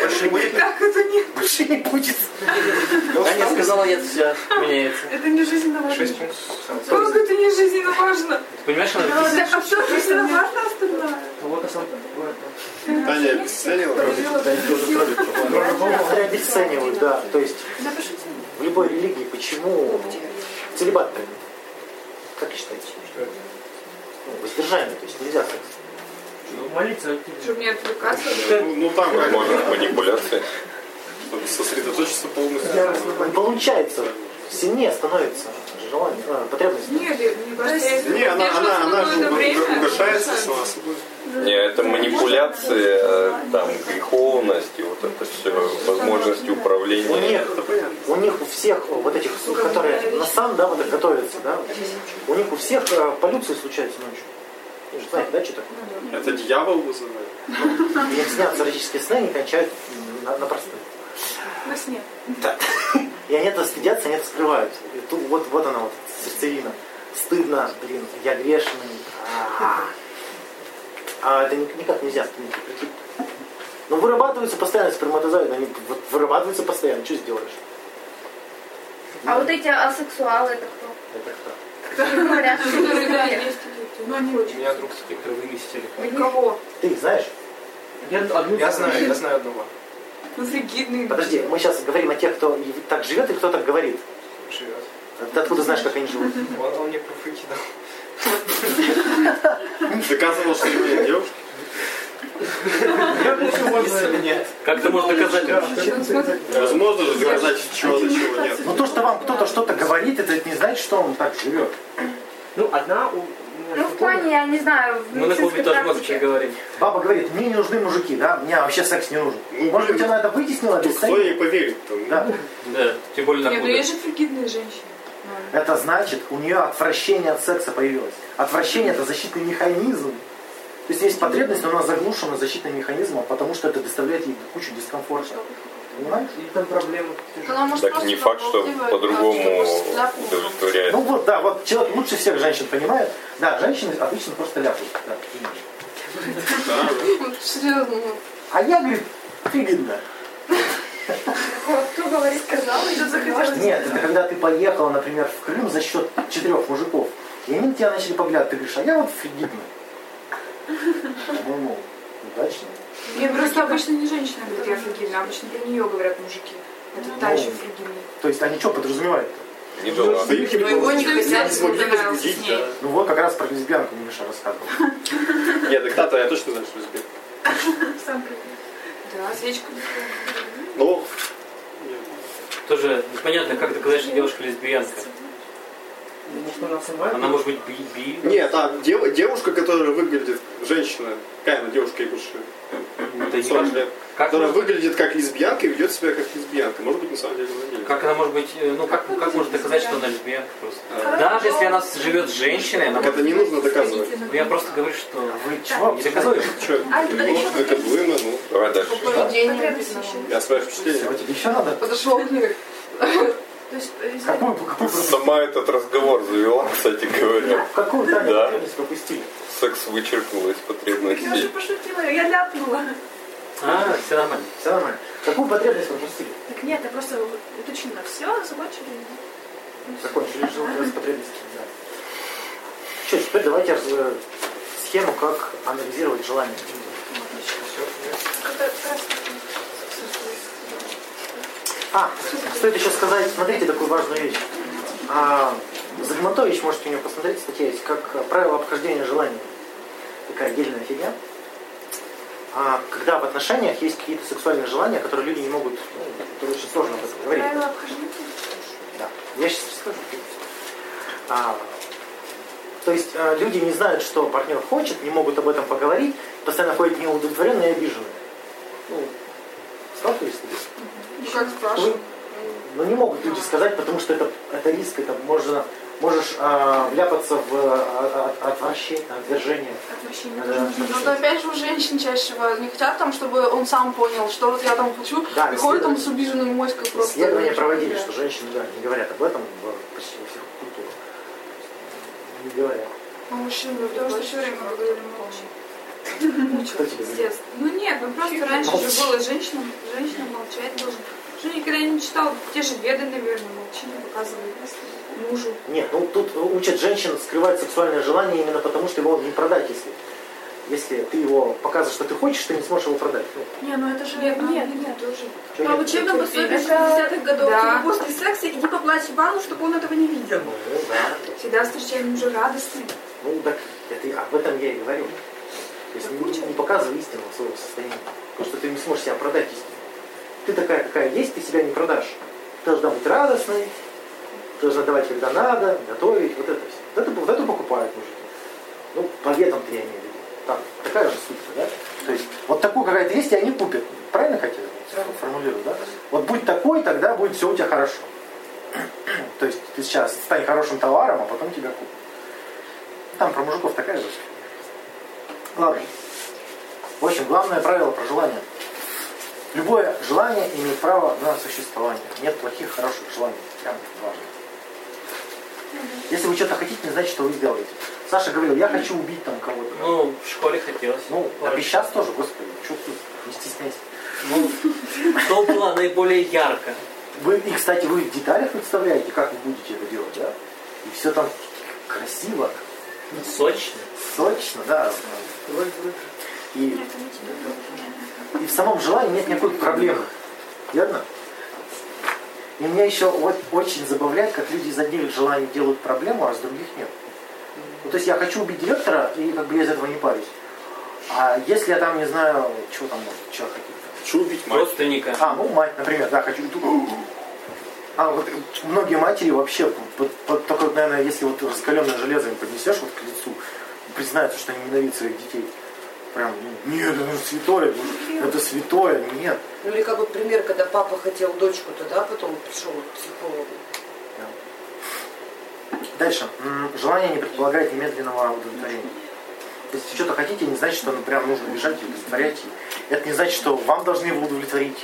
[SPEAKER 14] Больше не будет?
[SPEAKER 9] Как это нет?
[SPEAKER 14] Больше не будет.
[SPEAKER 8] Аня сказала нет, все меняется.
[SPEAKER 9] Это не жизненно важно.
[SPEAKER 14] Шесть пунктов.
[SPEAKER 9] Как это не жизненно важно?
[SPEAKER 8] Ты понимаешь, она
[SPEAKER 9] Да, А что жизненно важно остальное?
[SPEAKER 15] Вот это сам.
[SPEAKER 5] Таня обесценила.
[SPEAKER 1] Они обесценивают, да. То есть
[SPEAKER 9] Напишите.
[SPEAKER 1] в любой религии почему целебат принят? Как считаете? Ну, Воздержание, то есть нельзя секс.
[SPEAKER 15] Молиться.
[SPEAKER 4] Чтобы не отвлекаться.
[SPEAKER 5] Ну, ну там как
[SPEAKER 3] Можно манипуляции.
[SPEAKER 5] Чтобы сосредоточиться полностью.
[SPEAKER 1] Не получается. Сильнее становится желание, э, потребность.
[SPEAKER 4] Нет, мне кажется,
[SPEAKER 5] Не, она, она, она же уга- угошается сама собой.
[SPEAKER 3] Не, это манипуляция, там, греховность, и вот это все, возможности
[SPEAKER 1] У
[SPEAKER 3] управления.
[SPEAKER 1] них, у них у всех э, вот этих, ну, которые на сам, да, вот готовятся, да, у них у всех э, полюции случаются ночью. Вы же знаете, да, что такое?
[SPEAKER 5] Это дьявол вызывает.
[SPEAKER 1] Мне снятся эротические сны, они кончают м, на, на простых.
[SPEAKER 9] Во сне.
[SPEAKER 1] И они это стыдятся, они это скрывают. И тут вот, вот она вот сердцевина. Стыдно, блин, я грешный. А, А это ни- никак нельзя стыдно. Но вырабатываются постоянно сперматозоиды, они вот вырабатываются постоянно, что сделаешь?
[SPEAKER 6] А вот эти асексуалы, это кто? (laughs)
[SPEAKER 1] Это кто?
[SPEAKER 6] Которые говорят, что
[SPEAKER 4] Которые, Ну, да,
[SPEAKER 6] не
[SPEAKER 4] есть такие, но они
[SPEAKER 14] У
[SPEAKER 4] очень.
[SPEAKER 14] меня друг с таким выместили.
[SPEAKER 4] Кого?
[SPEAKER 1] Ты их знаешь?
[SPEAKER 15] Я,
[SPEAKER 14] Я знаю, я знаю одного.
[SPEAKER 4] Ну, фригидные.
[SPEAKER 1] Подожди, мы сейчас говорим о тех, кто и так живет и кто так говорит.
[SPEAKER 14] Живет.
[SPEAKER 1] Ты откуда знаешь, как они живут?
[SPEAKER 14] Он, он мне профы кидал.
[SPEAKER 5] Доказывал, что у меня девушка.
[SPEAKER 14] Если нет.
[SPEAKER 8] Как ты можешь доказать?
[SPEAKER 5] Возможно же доказать, чего до чего нет.
[SPEAKER 1] Ну то, что вам кто-то что-то говорит, это не значит, что он так живет.
[SPEAKER 15] Ну, одна у...
[SPEAKER 6] Ну, в плане, я не знаю, в
[SPEAKER 8] Мы Ну, на клубе
[SPEAKER 6] медицинской
[SPEAKER 8] тоже можем
[SPEAKER 6] практике.
[SPEAKER 8] говорим.
[SPEAKER 1] Баба говорит, мне не нужны мужики, да, мне вообще секс не нужен. Может быть, она это вытеснила без
[SPEAKER 5] Кто
[SPEAKER 1] секса?
[SPEAKER 5] ей поверит? там?
[SPEAKER 1] Да.
[SPEAKER 8] Да, тем более на
[SPEAKER 4] Нет, ну
[SPEAKER 8] клубе.
[SPEAKER 4] есть же фригидные женщины.
[SPEAKER 1] Это значит, у нее отвращение от секса появилось. Отвращение это защитный механизм. То есть есть потребность, но она заглушена защитным механизмом, потому что это доставляет ей кучу дискомфорта. Понимаешь?
[SPEAKER 15] Или там проблемы.
[SPEAKER 4] Она может
[SPEAKER 3] Так
[SPEAKER 4] просто
[SPEAKER 3] не факт, что
[SPEAKER 4] болтливая,
[SPEAKER 3] по-другому
[SPEAKER 4] а, типа, просто ляпнула.
[SPEAKER 3] удовлетворяет.
[SPEAKER 1] Ну вот, да, вот человек лучше всех женщин понимает. Да, женщины отлично просто ляпают. Да, именно.
[SPEAKER 4] Вот Серьезно, ну,
[SPEAKER 1] а я, говорит, фигидно.
[SPEAKER 6] Кто говорит, сказал, и захотелось.
[SPEAKER 1] Нет, это когда ты поехала, например, в Крым за счет четырех мужиков, и они на тебя начали поглядывать, ты говоришь, а я вот фигидно. По-моему, удачно.
[SPEAKER 4] Не, просто обычно не женщина говорит, я фригидная, обычно про нее говорят мужики.
[SPEAKER 9] Ну,
[SPEAKER 4] Это та еще фригидная.
[SPEAKER 1] То есть они что подразумевают?
[SPEAKER 3] Не дала.
[SPEAKER 5] Да их не
[SPEAKER 16] Но Ну, его
[SPEAKER 5] было.
[SPEAKER 16] не хотят.
[SPEAKER 5] Не смогли возбудить, да.
[SPEAKER 1] Ну вот как раз про лесбиянку Миша рассказывал.
[SPEAKER 5] Нет, так та-то я точно знаю, что разбил.
[SPEAKER 9] Сам как
[SPEAKER 4] Да, свечка.
[SPEAKER 5] Ну,
[SPEAKER 8] Тоже непонятно, как доказать, что девушка лесбиянка.
[SPEAKER 15] Может, она сама?
[SPEAKER 8] Она может быть би-би.
[SPEAKER 5] нет, а дев- девушка, которая выглядит, женщина, какая она девушка и больше
[SPEAKER 8] Да не
[SPEAKER 5] 40
[SPEAKER 8] важно.
[SPEAKER 5] лет,
[SPEAKER 8] Как,
[SPEAKER 5] которая
[SPEAKER 8] может-
[SPEAKER 5] выглядит как лесбиянка и ведет себя как лесбиянка. Может быть, на самом деле, она не
[SPEAKER 8] как она может быть, э, ну как, как может доказать, что она лесбиянка просто? э, Даже если она живет с женщиной, она
[SPEAKER 5] Так это не нужно доказывать.
[SPEAKER 8] Ну, Я просто говорю, что вы
[SPEAKER 1] Чего?
[SPEAKER 8] не доказали.
[SPEAKER 5] Че, ну, доказуемо, ну.
[SPEAKER 3] Давай дальше.
[SPEAKER 4] Поведение
[SPEAKER 9] Потребность мужчины.
[SPEAKER 5] Я свое впечатление.
[SPEAKER 1] Чего тебе еще надо?
[SPEAKER 4] Подошел к ней.
[SPEAKER 9] То есть, э, из-
[SPEAKER 1] Какую, какую,
[SPEAKER 3] Сама этот разговор завела, кстати говоря.
[SPEAKER 1] какую Таню
[SPEAKER 3] Да.
[SPEAKER 1] потребность пропустили?
[SPEAKER 3] Секс вычеркнул из
[SPEAKER 9] Я уже
[SPEAKER 3] потребностей.
[SPEAKER 9] пошутила, я ляпнула.
[SPEAKER 8] А, все нормально.
[SPEAKER 1] Все нормально. Какую потребность пропустили?
[SPEAKER 9] Так нет, я просто уточнила. Все, закончили.
[SPEAKER 1] Закончили же с потребностями, да. Что, теперь давайте раз- э, схему, как анализировать желание. А, стоит еще сказать, смотрите такую важную вещь. А, Загматович, можете у него посмотреть, статья есть, как э, правило обхождения желаний. Такая отдельная фигня. А, когда в отношениях есть какие-то сексуальные желания, которые люди не могут, ну, это очень сложно об этом говорить.
[SPEAKER 9] Правила обхождения.
[SPEAKER 1] Да. Я сейчас расскажу. А, то есть э, люди не знают, что партнер хочет, не могут об этом поговорить, постоянно ходят неудовлетворенные и обиженные. Ну, сталкивались с таким?
[SPEAKER 4] Ну, как спрашивают.
[SPEAKER 1] Ну не могут люди сказать, потому что это, это риск, это можно, можешь а, вляпаться в а, а, отвращение, отвержение. Э,
[SPEAKER 9] Отвращение.
[SPEAKER 1] Да.
[SPEAKER 4] Ну, то опять же, у женщин чаще бывает, не хотят там, чтобы он сам понял, что вот я там хочу,
[SPEAKER 1] Да,
[SPEAKER 4] и ходит ну, там
[SPEAKER 1] исследования.
[SPEAKER 4] с обиженной моськой просто.
[SPEAKER 1] Исследования проводили, что женщины, да, не говорят об этом в почти во всех культурах. Не говорят.
[SPEAKER 4] Ну, мужчины, потому что все время говорили молча.
[SPEAKER 1] Что тебе говорят?
[SPEAKER 4] Ну нет,
[SPEAKER 10] Нет, ну просто раньше же было, женщина, женщина молчать должна. Женя никогда не читал, те же веды, наверное, молчание показывали мужу.
[SPEAKER 1] Нет, ну тут учат женщин скрывать сексуальное желание именно потому, что его не продать, если если ты его показываешь, что ты хочешь, ты не сможешь его продать. Ну,
[SPEAKER 9] Не, ну это же...
[SPEAKER 4] Нет,
[SPEAKER 9] ну,
[SPEAKER 4] нет,
[SPEAKER 9] нет,
[SPEAKER 4] тоже.
[SPEAKER 1] Чё
[SPEAKER 4] По
[SPEAKER 1] нет?
[SPEAKER 4] учебным
[SPEAKER 1] Это-
[SPEAKER 4] пособиям 60-х годов,
[SPEAKER 10] Да.
[SPEAKER 4] типа, после секса иди поплачь в ванну, чтобы он этого не видел.
[SPEAKER 1] ну, да.
[SPEAKER 4] Всегда встречаем уже радостный.
[SPEAKER 1] Ну, так это, об этом я и говорю. То есть не, не показывай истину своего состояния. Потому что ты не сможешь себя продать истину. Ты такая, какая есть, ты себя не продашь. Ты должна быть радостной, ты должна давать, когда надо, готовить, вот это все. Вот это, вот это покупают мужики. Ну, по ветам ты я имею в виду. Там такая же суть, да? То есть вот такую, какая ты есть, и они купят. Правильно хотел формулирую, да? Вот будь такой, тогда будет все у тебя хорошо. То есть ты сейчас стань хорошим товаром, а потом тебя купят. Там про мужиков такая же. Ладно. В общем, главное правило про желание. Любое желание имеет право на существование. Нет плохих, хороших желаний. Прям важно. Если вы что-то хотите, не значит, что вы сделаете. Саша говорил, я хочу убить там кого-то.
[SPEAKER 8] Ну, в школе хотелось.
[SPEAKER 1] Ну, а ты сейчас тоже, господи, что ты, не стесняйся.
[SPEAKER 8] Ну, то было наиболее ярко.
[SPEAKER 1] Вы, и, кстати, вы в деталях представляете, как вы будете это делать, да? И все там красиво,
[SPEAKER 8] Сочно.
[SPEAKER 1] сочно, да. И И в самом желании нет никакой проблемы. Верно? И меня еще вот очень забавляет, как люди из одних желаний делают проблему, а из других нет. Ну, то есть я хочу убить директора, и как бы я из этого не парюсь. А если я там не знаю, чего там может человек хотеть?
[SPEAKER 3] Хочу убить
[SPEAKER 8] мать. Родственника.
[SPEAKER 1] А, ну мать, например, да, хочу. А вот многие матери вообще, вот, вот только, наверное, если вот раскаленное железо им поднесешь вот к лицу, признаются, что они ненавидят своих детей. Прям, ну, нет, это же святое, это святое, нет.
[SPEAKER 7] Ну или как вот пример, когда папа хотел дочку-то, да, потом пришел к психологу. (coughs)
[SPEAKER 1] Дальше. М, Желание не предполагает немедленного удовлетворения. Если что-то хотите, не значит, что ну, прям нужно бежать и удовлетворять. И Это не значит, что вам должны его удовлетворить.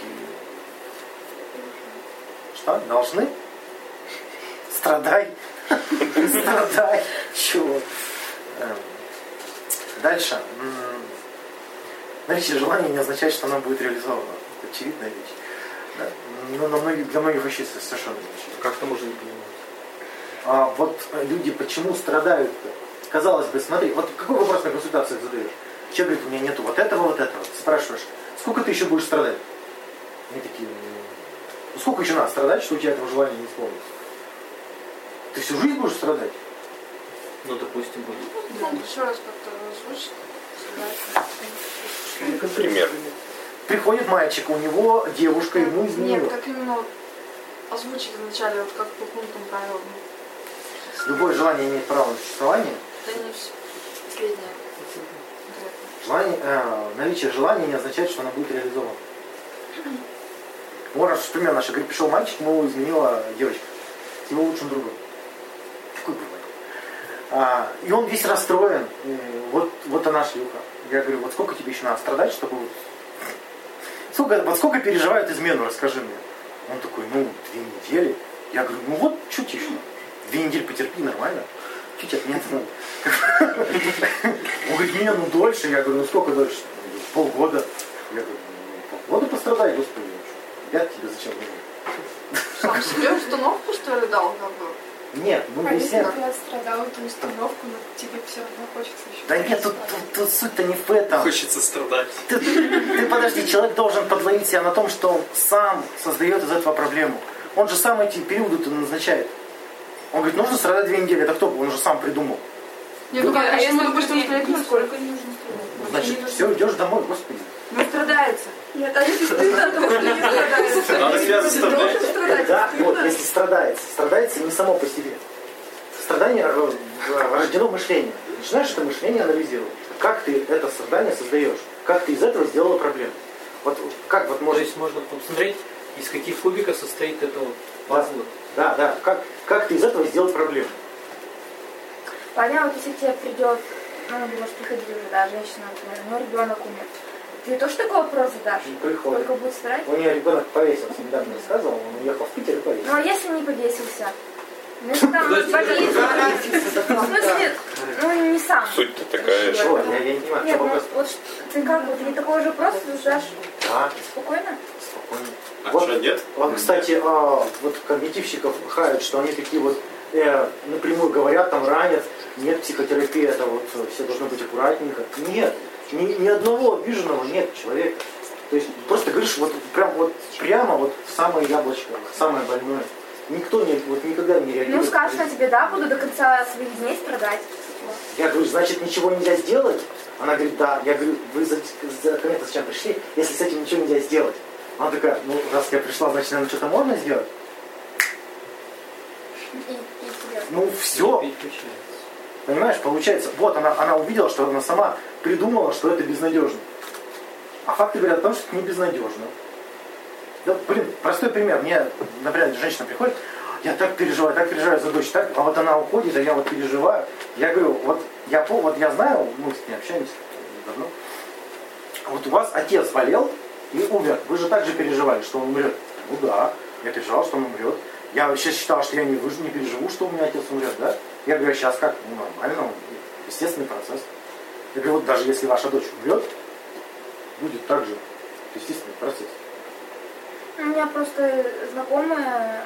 [SPEAKER 1] И- Что? Должны? Страдай. Страдай. Чего? Эм, Дальше. М, Наличие желания не означает, что оно будет реализовано. Это очевидная вещь. Да. Но на многих, для многих вообще совершенно не очевидно.
[SPEAKER 8] Как-то можно не понимать.
[SPEAKER 1] А вот э, люди почему страдают-то? Казалось бы, смотри, вот какой вопрос на консультациях задаешь? Человек говорит, у меня нету вот этого, вот этого. Спрашиваешь, сколько ты еще будешь страдать? Они такие, «М, ну сколько еще надо страдать, что у тебя этого желания не исполнится? Ты всю жизнь будешь страдать?
[SPEAKER 8] Ну, допустим, будет.
[SPEAKER 10] Он еще раз как-то озвучит.
[SPEAKER 3] Пример.
[SPEAKER 1] Приходит мальчик, у него девушка ему изменила.
[SPEAKER 10] Нет, как именно вот озвучили вначале, вот как по пунктам правил. Ну,
[SPEAKER 1] Любое желание имеет право на существование.
[SPEAKER 10] Да не все. Среднее.
[SPEAKER 1] Желание, э, наличие желания не означает, что оно будет реализовано. Вот раз пример наш. Говорит, пришел мальчик, ему изменила девочка. С его лучшим другом. Какой бывает. А, и он весь расстроен. Э, Вот, вот она шлюха. Я говорю, вот сколько тебе еще надо страдать, чтобы... вот- Сколько, вот сколько переживают измену, расскажи мне. Он такой, ну, две недели. Я говорю, ну вот, чуть еще. надо? Две недели потерпи, нормально. Чуть от меня надо. Он говорит, не, ну дольше. Я говорю, ну сколько дольше? Он говорит, Полгода. Я говорю, ну полгода пострадай, господи. ну, Я тебе зачем нужен?
[SPEAKER 10] Сам себе установку, что ли, дал? Как бы?
[SPEAKER 1] Нет, ну не всем.
[SPEAKER 13] я страдала эту установку, но тебе все равно хочется еще.
[SPEAKER 1] Да нет, тут, тут- тут суть-то не в этом.
[SPEAKER 12] Хочется страдать.
[SPEAKER 1] Ты, ты подожди, человек должен подловить себя на том, что он сам создает из этого проблему. Он же сам эти периоды-то назначает. Он говорит, нужно страдать две недели. Это кто? Он же сам придумал.
[SPEAKER 10] Нет, ну,
[SPEAKER 6] а
[SPEAKER 10] а
[SPEAKER 6] если
[SPEAKER 10] если, допустим,
[SPEAKER 6] например,
[SPEAKER 10] человек
[SPEAKER 6] сколько не нужно страдать?
[SPEAKER 1] Значит, все, идешь домой, господи.
[SPEAKER 4] Ну, страдается. Нет, а если стыдно, то что не страдается.
[SPEAKER 1] Надо себя заставлять.
[SPEAKER 4] Должен страдать,
[SPEAKER 1] Да,
[SPEAKER 4] стыдно.
[SPEAKER 1] вот, если страдается. Страдается не само по себе. Страдание э, э, рождено мышлением. Начинаешь это мышление анализировать. Как ты это страдание создаешь? Как ты из этого сделала проблему? Вот как вот
[SPEAKER 8] То
[SPEAKER 1] может...
[SPEAKER 8] есть можно посмотреть, из каких кубиков состоит это вот пазл.
[SPEAKER 1] Да, да. Как, как ты из этого сделал проблему?
[SPEAKER 6] Понятно, вот если к тебе придет, ну, или, может, приходила уже, да, женщина, например, ну, ребенок умер. Ты тоже такой вопрос задашь?
[SPEAKER 1] Не приходит.
[SPEAKER 6] Сколько будет страдать?
[SPEAKER 1] У нее ребенок повесился, недавно рассказывал, он уехал в Питер и повесился.
[SPEAKER 6] Ну, а если не повесился? Ну, это там болезнь. В смысле, ну, не сам.
[SPEAKER 3] Суть-то такая,
[SPEAKER 1] Что?
[SPEAKER 3] что...
[SPEAKER 1] Я, я не понимаю, в
[SPEAKER 6] Нет,
[SPEAKER 1] чем
[SPEAKER 6] ну,
[SPEAKER 1] вопрос?
[SPEAKER 6] вот ш- ты как бы, ты такой же вопрос задашь
[SPEAKER 1] Да,
[SPEAKER 6] спокойно?
[SPEAKER 1] А, спокойно.
[SPEAKER 5] А
[SPEAKER 1] Вот.
[SPEAKER 5] что, нет?
[SPEAKER 1] Вот, кстати, а, вот когнитивщиков хают, что они такие вот э, напрямую говорят, там ранят, нет психотерапии, это вот э, все должно быть аккуратненько. Нет, ни, ни одного обиженного нет человека. То есть просто говоришь вот прям вот прямо вот в самое яблочко, в самое больное. Никто не, вот никогда не реагирует.
[SPEAKER 6] Ну, скажешь, что я тебе да, буду до конца своих дней страдать.
[SPEAKER 1] Я говорю, значит, ничего нельзя сделать? Она говорит, да. Я говорю, вы за, за ко мне-то зачем пришли, если с этим ничего нельзя сделать? Она такая, ну, раз я пришла, значит, наверное, что-то можно сделать?
[SPEAKER 6] И, и тебе.
[SPEAKER 1] Ну, все. Понимаешь, получается, вот она, она увидела, что она сама придумала, что это безнадежно. А факты говорят о том, что это не безнадежно. Да, блин, простой пример. Мне, например, женщина приходит, я так переживаю, так переживаю за дочь, так, а вот она уходит, а я вот переживаю. Я говорю, вот я, по- вот я знаю, мы с ней общаемся давно, вот у вас отец болел и умер. Вы же также переживали, что он умрет. Ну да, я переживал, что он умрет. Я вообще считал, что я не, выж- не переживу, что у меня отец умрет, да? Я говорю, сейчас как? Ну нормально, он- естественный процесс. Я говорю, вот даже если ваша дочь умрет, будет так же естественный процесс.
[SPEAKER 6] У меня просто знакомая,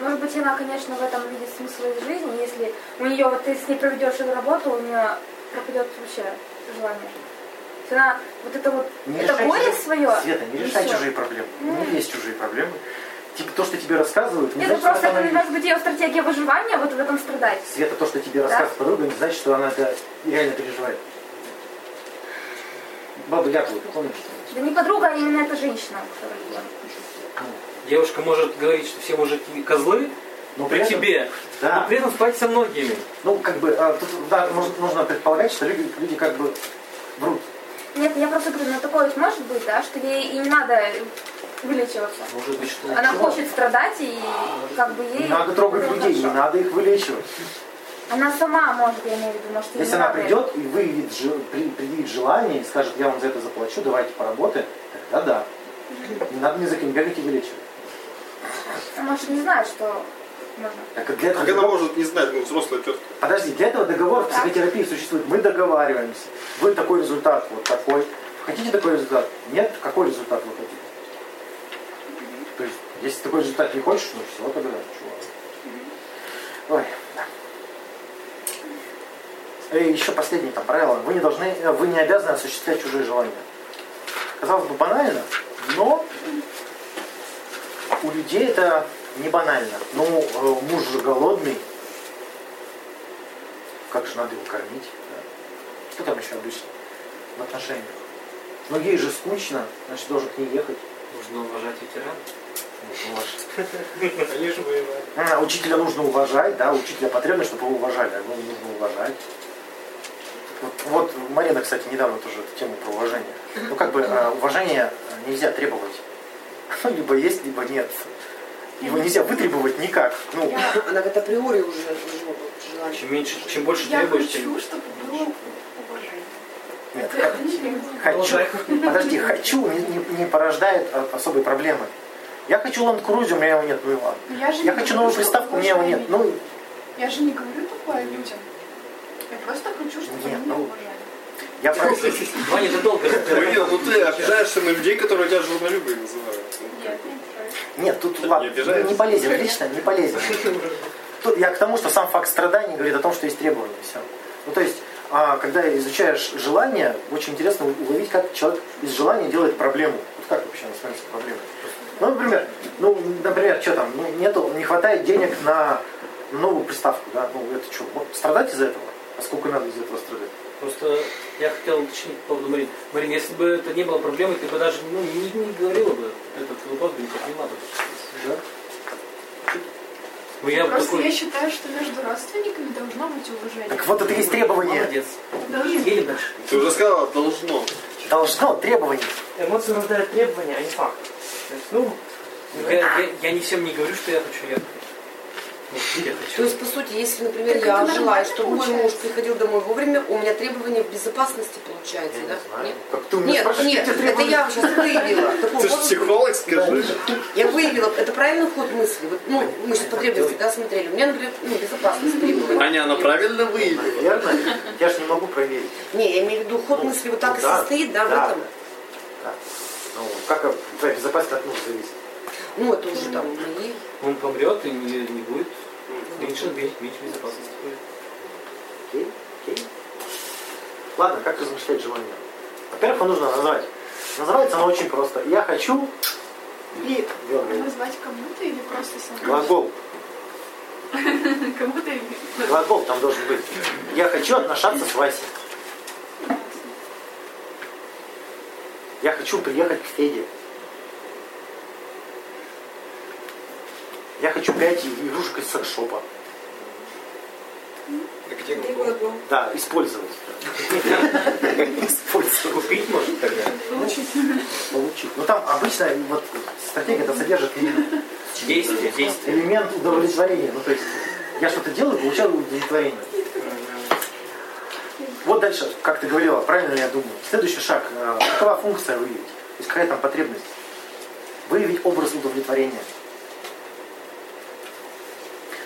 [SPEAKER 6] может быть, она, конечно, в этом видит смысл из жизни, если у нее, вот ты с ней проведешь эту работу, у нее пропадет вообще желание. То есть она вот это вот, это
[SPEAKER 1] решай
[SPEAKER 6] горе
[SPEAKER 1] чужие-
[SPEAKER 6] свое.
[SPEAKER 1] Света, не
[SPEAKER 6] и
[SPEAKER 1] решай
[SPEAKER 6] всё.
[SPEAKER 1] чужие проблемы.
[SPEAKER 6] М.
[SPEAKER 1] Не есть чужие проблемы. Типа то, что тебе рассказывают, не
[SPEAKER 6] Нет, ну
[SPEAKER 1] значит,
[SPEAKER 6] просто
[SPEAKER 1] что
[SPEAKER 6] это,
[SPEAKER 1] она
[SPEAKER 6] может быть, ее стратегия выживания, вот в этом страдать.
[SPEAKER 1] Света, то, что тебе
[SPEAKER 6] Да.
[SPEAKER 1] рассказывает подруга, не значит, что она это реально переживает. Баба Якова, помнишь?
[SPEAKER 6] Да не подруга, а именно эта женщина. которая была.
[SPEAKER 8] Девушка может говорить, что все мужики козлы,
[SPEAKER 1] но
[SPEAKER 8] при
[SPEAKER 1] при этом-
[SPEAKER 8] тебе.
[SPEAKER 1] Ну, Да.
[SPEAKER 8] Но при этом спать со многими.
[SPEAKER 1] Ну, как бы, а, тут да, может- нужно предполагать, что люди, люди как бы врут.
[SPEAKER 6] Нет, я просто говорю, ну такое ведь может быть, да, что ей и не надо вылечиваться.
[SPEAKER 8] Может быть, что
[SPEAKER 6] Она хочет страдать и как бы ей...
[SPEAKER 1] Не надо трогать
[SPEAKER 6] Ну,
[SPEAKER 1] людей, не
[SPEAKER 6] хорошо.
[SPEAKER 1] надо их вылечивать.
[SPEAKER 6] Она сама может, я имею в виду, может, ей
[SPEAKER 1] Если
[SPEAKER 6] не
[SPEAKER 1] она
[SPEAKER 6] надо.
[SPEAKER 1] придет и выявит, же- при- предъявит желание и скажет, я вам за это заплачу, давайте поработаем, тогда да. Не надо мне Закенберники вылечивать.
[SPEAKER 6] Она же не знает, что можно.
[SPEAKER 1] Так для этого
[SPEAKER 5] Как она может не знать, ну, взрослая тетка.
[SPEAKER 1] Подожди, для этого договор в психотерапии существует. Мы договариваемся. Вы такой результат, вот такой. Хотите такой результат? Нет? Какой результат вы хотите? То есть, если такой результат не хочешь, ну все, тогда чувак. Ой, да. И еще Э, последнее там правило. Вы не должны, э, вы не обязаны осуществлять чужие желания. Казалось бы, банально, но у людей это не банально. Ну, э, муж же голодный, как же надо его кормить. да. Что там еще обычно в отношениях? Но ей же скучно, значит, должен к ней ехать.
[SPEAKER 8] Нужно уважать ветерана.
[SPEAKER 1] Нужно уважать.
[SPEAKER 11] Они же воевали.
[SPEAKER 1] А, Учителя нужно уважать, да, учителя потребно, чтобы его уважали, а его нужно уважать. Вот, вот Марина, кстати, недавно тоже эту тему про уважение. Ну, как бы э, уважение э, нельзя требовать. (laughs) Оно либо есть, либо нет. Его нельзя вытребовать никак. Ну,
[SPEAKER 7] Она как априори уже живет, желание.
[SPEAKER 8] Чем меньше, чем больше
[SPEAKER 13] Я
[SPEAKER 8] требуешь, тем
[SPEAKER 13] хочу, чтобы было уважение.
[SPEAKER 1] нет,
[SPEAKER 13] Это не требует.
[SPEAKER 1] Хочу, подожди, хочу не, не- не порождает а, особой проблемы. Я хочу Land Cruiser, у меня его нет, ну и ладно.
[SPEAKER 13] Но я же не
[SPEAKER 1] хочу
[SPEAKER 13] говорю,
[SPEAKER 1] новую
[SPEAKER 13] что
[SPEAKER 1] приставку, у меня его нет. Ну,
[SPEAKER 13] Я же не говорю такое людям. Я просто хочу, чтобы
[SPEAKER 1] Нет,
[SPEAKER 13] они
[SPEAKER 1] ну,
[SPEAKER 13] уважали.
[SPEAKER 1] я просто...
[SPEAKER 8] Ваня, ты долго
[SPEAKER 5] Марина, ну ты обижаешься на людей, которые тебя журналюбой называют.
[SPEAKER 13] Нет, не трогай.
[SPEAKER 1] Нет, тут ладно,
[SPEAKER 5] обижаешься?
[SPEAKER 1] не полезем, лично не полезем. Тут я к тому, что сам факт страданий говорит о том, что есть требования. Все. Ну, то есть, а, когда изучаешь желание, очень интересно уловить, как человек из желания делает проблему. Вот как вообще она становится проблемой? Ну, например, ну, например, что там, ну, нету, не хватает денег на новую приставку, да? Ну, это что, страдать из-за этого? А сколько надо из-за этого страдать?
[SPEAKER 8] Просто я хотел уточнить по поводу Марины. Марин, если бы это не было проблемой, ты бы даже ну, не, не говорила бы этот вопрос, бы не поднимала бы.
[SPEAKER 1] Да?
[SPEAKER 8] Ну, я бы
[SPEAKER 13] Просто
[SPEAKER 8] такой...
[SPEAKER 13] я считаю, что между родственниками должно быть уважение.
[SPEAKER 1] Так ну, вот это и есть требование.
[SPEAKER 8] (laughs) Молодец.
[SPEAKER 13] Должно.
[SPEAKER 8] Едем дальше.
[SPEAKER 5] Ты уже сказала, должно.
[SPEAKER 1] Должно требование.
[SPEAKER 2] Эмоции рождают требования, а не факт. То есть, ну,
[SPEAKER 8] Я, я- я ни всем не говорю, Ну, что я хочу, я
[SPEAKER 7] То есть, по сути, если, например,
[SPEAKER 6] Так
[SPEAKER 7] я
[SPEAKER 6] это
[SPEAKER 7] желаю,
[SPEAKER 6] нормально
[SPEAKER 7] чтобы мой муж приходил домой вовремя, у меня требования к безопасности получается, да? Нет?
[SPEAKER 1] у меня
[SPEAKER 7] нет,
[SPEAKER 1] спрашиваешь,
[SPEAKER 7] нет,
[SPEAKER 1] какие
[SPEAKER 7] это
[SPEAKER 1] требования?
[SPEAKER 7] я уже выявила.
[SPEAKER 1] (laughs)
[SPEAKER 7] Такой
[SPEAKER 12] Ты же
[SPEAKER 7] возраст.
[SPEAKER 12] психолог, скажи.
[SPEAKER 7] Я выявила, это правильный ход мысли. Вот, ну, мы сейчас потребности, да, смотрели. У меня, например, ну, безопасность требования.
[SPEAKER 12] Аня, она правильно выявила?
[SPEAKER 1] Верно? Я же не могу проверить.
[SPEAKER 7] Не, я имею в виду, ход мысли вот так и
[SPEAKER 1] А Ну, да,
[SPEAKER 7] состоит, да,
[SPEAKER 1] да,
[SPEAKER 7] в этом.
[SPEAKER 1] Да. Ну, как твоя безопасность от мужа зависит?
[SPEAKER 7] Ну, это уже там мои.
[SPEAKER 8] Он помрет и не, не будет меньше, меньше безопасности. будет.
[SPEAKER 1] Окей, окей. Ладно, как размышлять желание? Во-первых, его нужно назвать. Называется оно очень просто. Я хочу и дергаю.
[SPEAKER 13] Назвать кому-то или просто самому?
[SPEAKER 1] Глагол.
[SPEAKER 13] Кому-то или...
[SPEAKER 1] Глагол там должен быть. Я хочу отношаться с Васей. Я хочу приехать к Феде. Я хочу пять игрушек из секшопа.
[SPEAKER 6] ну,
[SPEAKER 1] Да, использовать. Использовать. Купить можно тогда?
[SPEAKER 13] Получить.
[SPEAKER 1] Получить. Ну там обычно вот стратегия это содержит элемент-
[SPEAKER 8] Действие, действие.
[SPEAKER 1] элемент удовлетворения. Ну то есть я что-то делаю, получаю удовлетворение. Вот дальше, как ты говорила, правильно я думаю. Следующий шаг. э, Какова функция выявить? То есть какая там потребность? Выявить образ удовлетворения.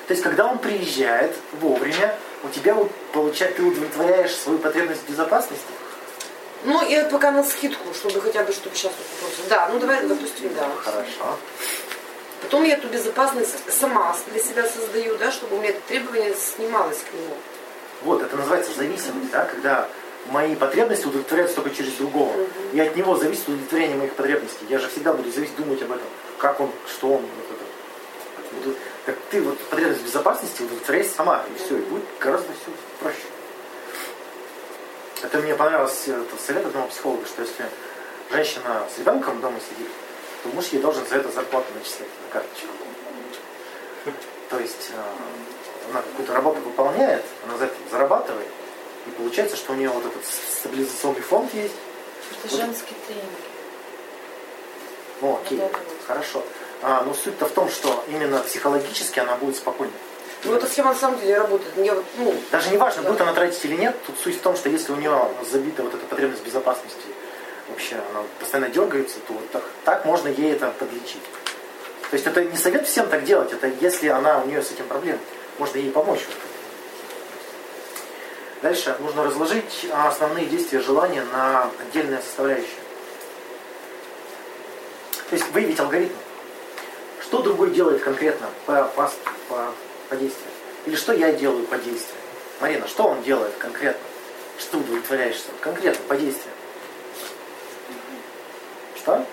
[SPEAKER 1] То есть, когда он приезжает вовремя, у тебя у- получа- ты удовлетворяешь свою потребность в безопасности?
[SPEAKER 7] Ну, и пока на скидку, чтобы хотя бы, чтобы сейчас просто. Да, ну давай, допустим, да.
[SPEAKER 1] Хорошо.
[SPEAKER 7] Потом я эту безопасность сама для себя создаю, да, чтобы у меня это требование снималось к нему.
[SPEAKER 1] Вот, это называется зависимость, да, когда мои потребности удовлетворяются только через другого. И от него зависит удовлетворение моих потребностей. Я же всегда буду зависеть думать об этом. Как он, что он. вот это. Вот это. Так ты вот потребность безопасности удовлетворяй сама. И все, и будет гораздо все проще. Это мне понравился этот совет одного психолога, что если женщина с ребенком дома сидит, то муж ей должен за это зарплату начислять на карточку. То есть э, она какую-то работу выполняет, она за это зарабатывает, и получается, что у нее вот этот стабилизационный фонд есть.
[SPEAKER 17] Это женский тренинг.
[SPEAKER 1] Ну, окей,
[SPEAKER 17] Вот это
[SPEAKER 1] хорошо. А, но суть-то в том, что именно психологически она будет спокойна.
[SPEAKER 7] Ну, эта схема на самом деле работает. Я вот, ну,
[SPEAKER 1] Даже не важно, будет она тратить или нет, тут суть в том, что если у нее забита вот эта потребность безопасности, вообще она постоянно дергается, то вот так, так можно ей это подлечить. То есть это не совет всем так делать, это если она у нее с этим проблемы, можно ей помочь. в этом. Дальше нужно разложить а, основные действия желания на отдельные составляющие. То есть выявить алгоритм. Что другой делает конкретно по, по, по- по действию? Или что я делаю по действию? Марина, что он делает конкретно? Что удовлетворяешься? Конкретно по действию. Что?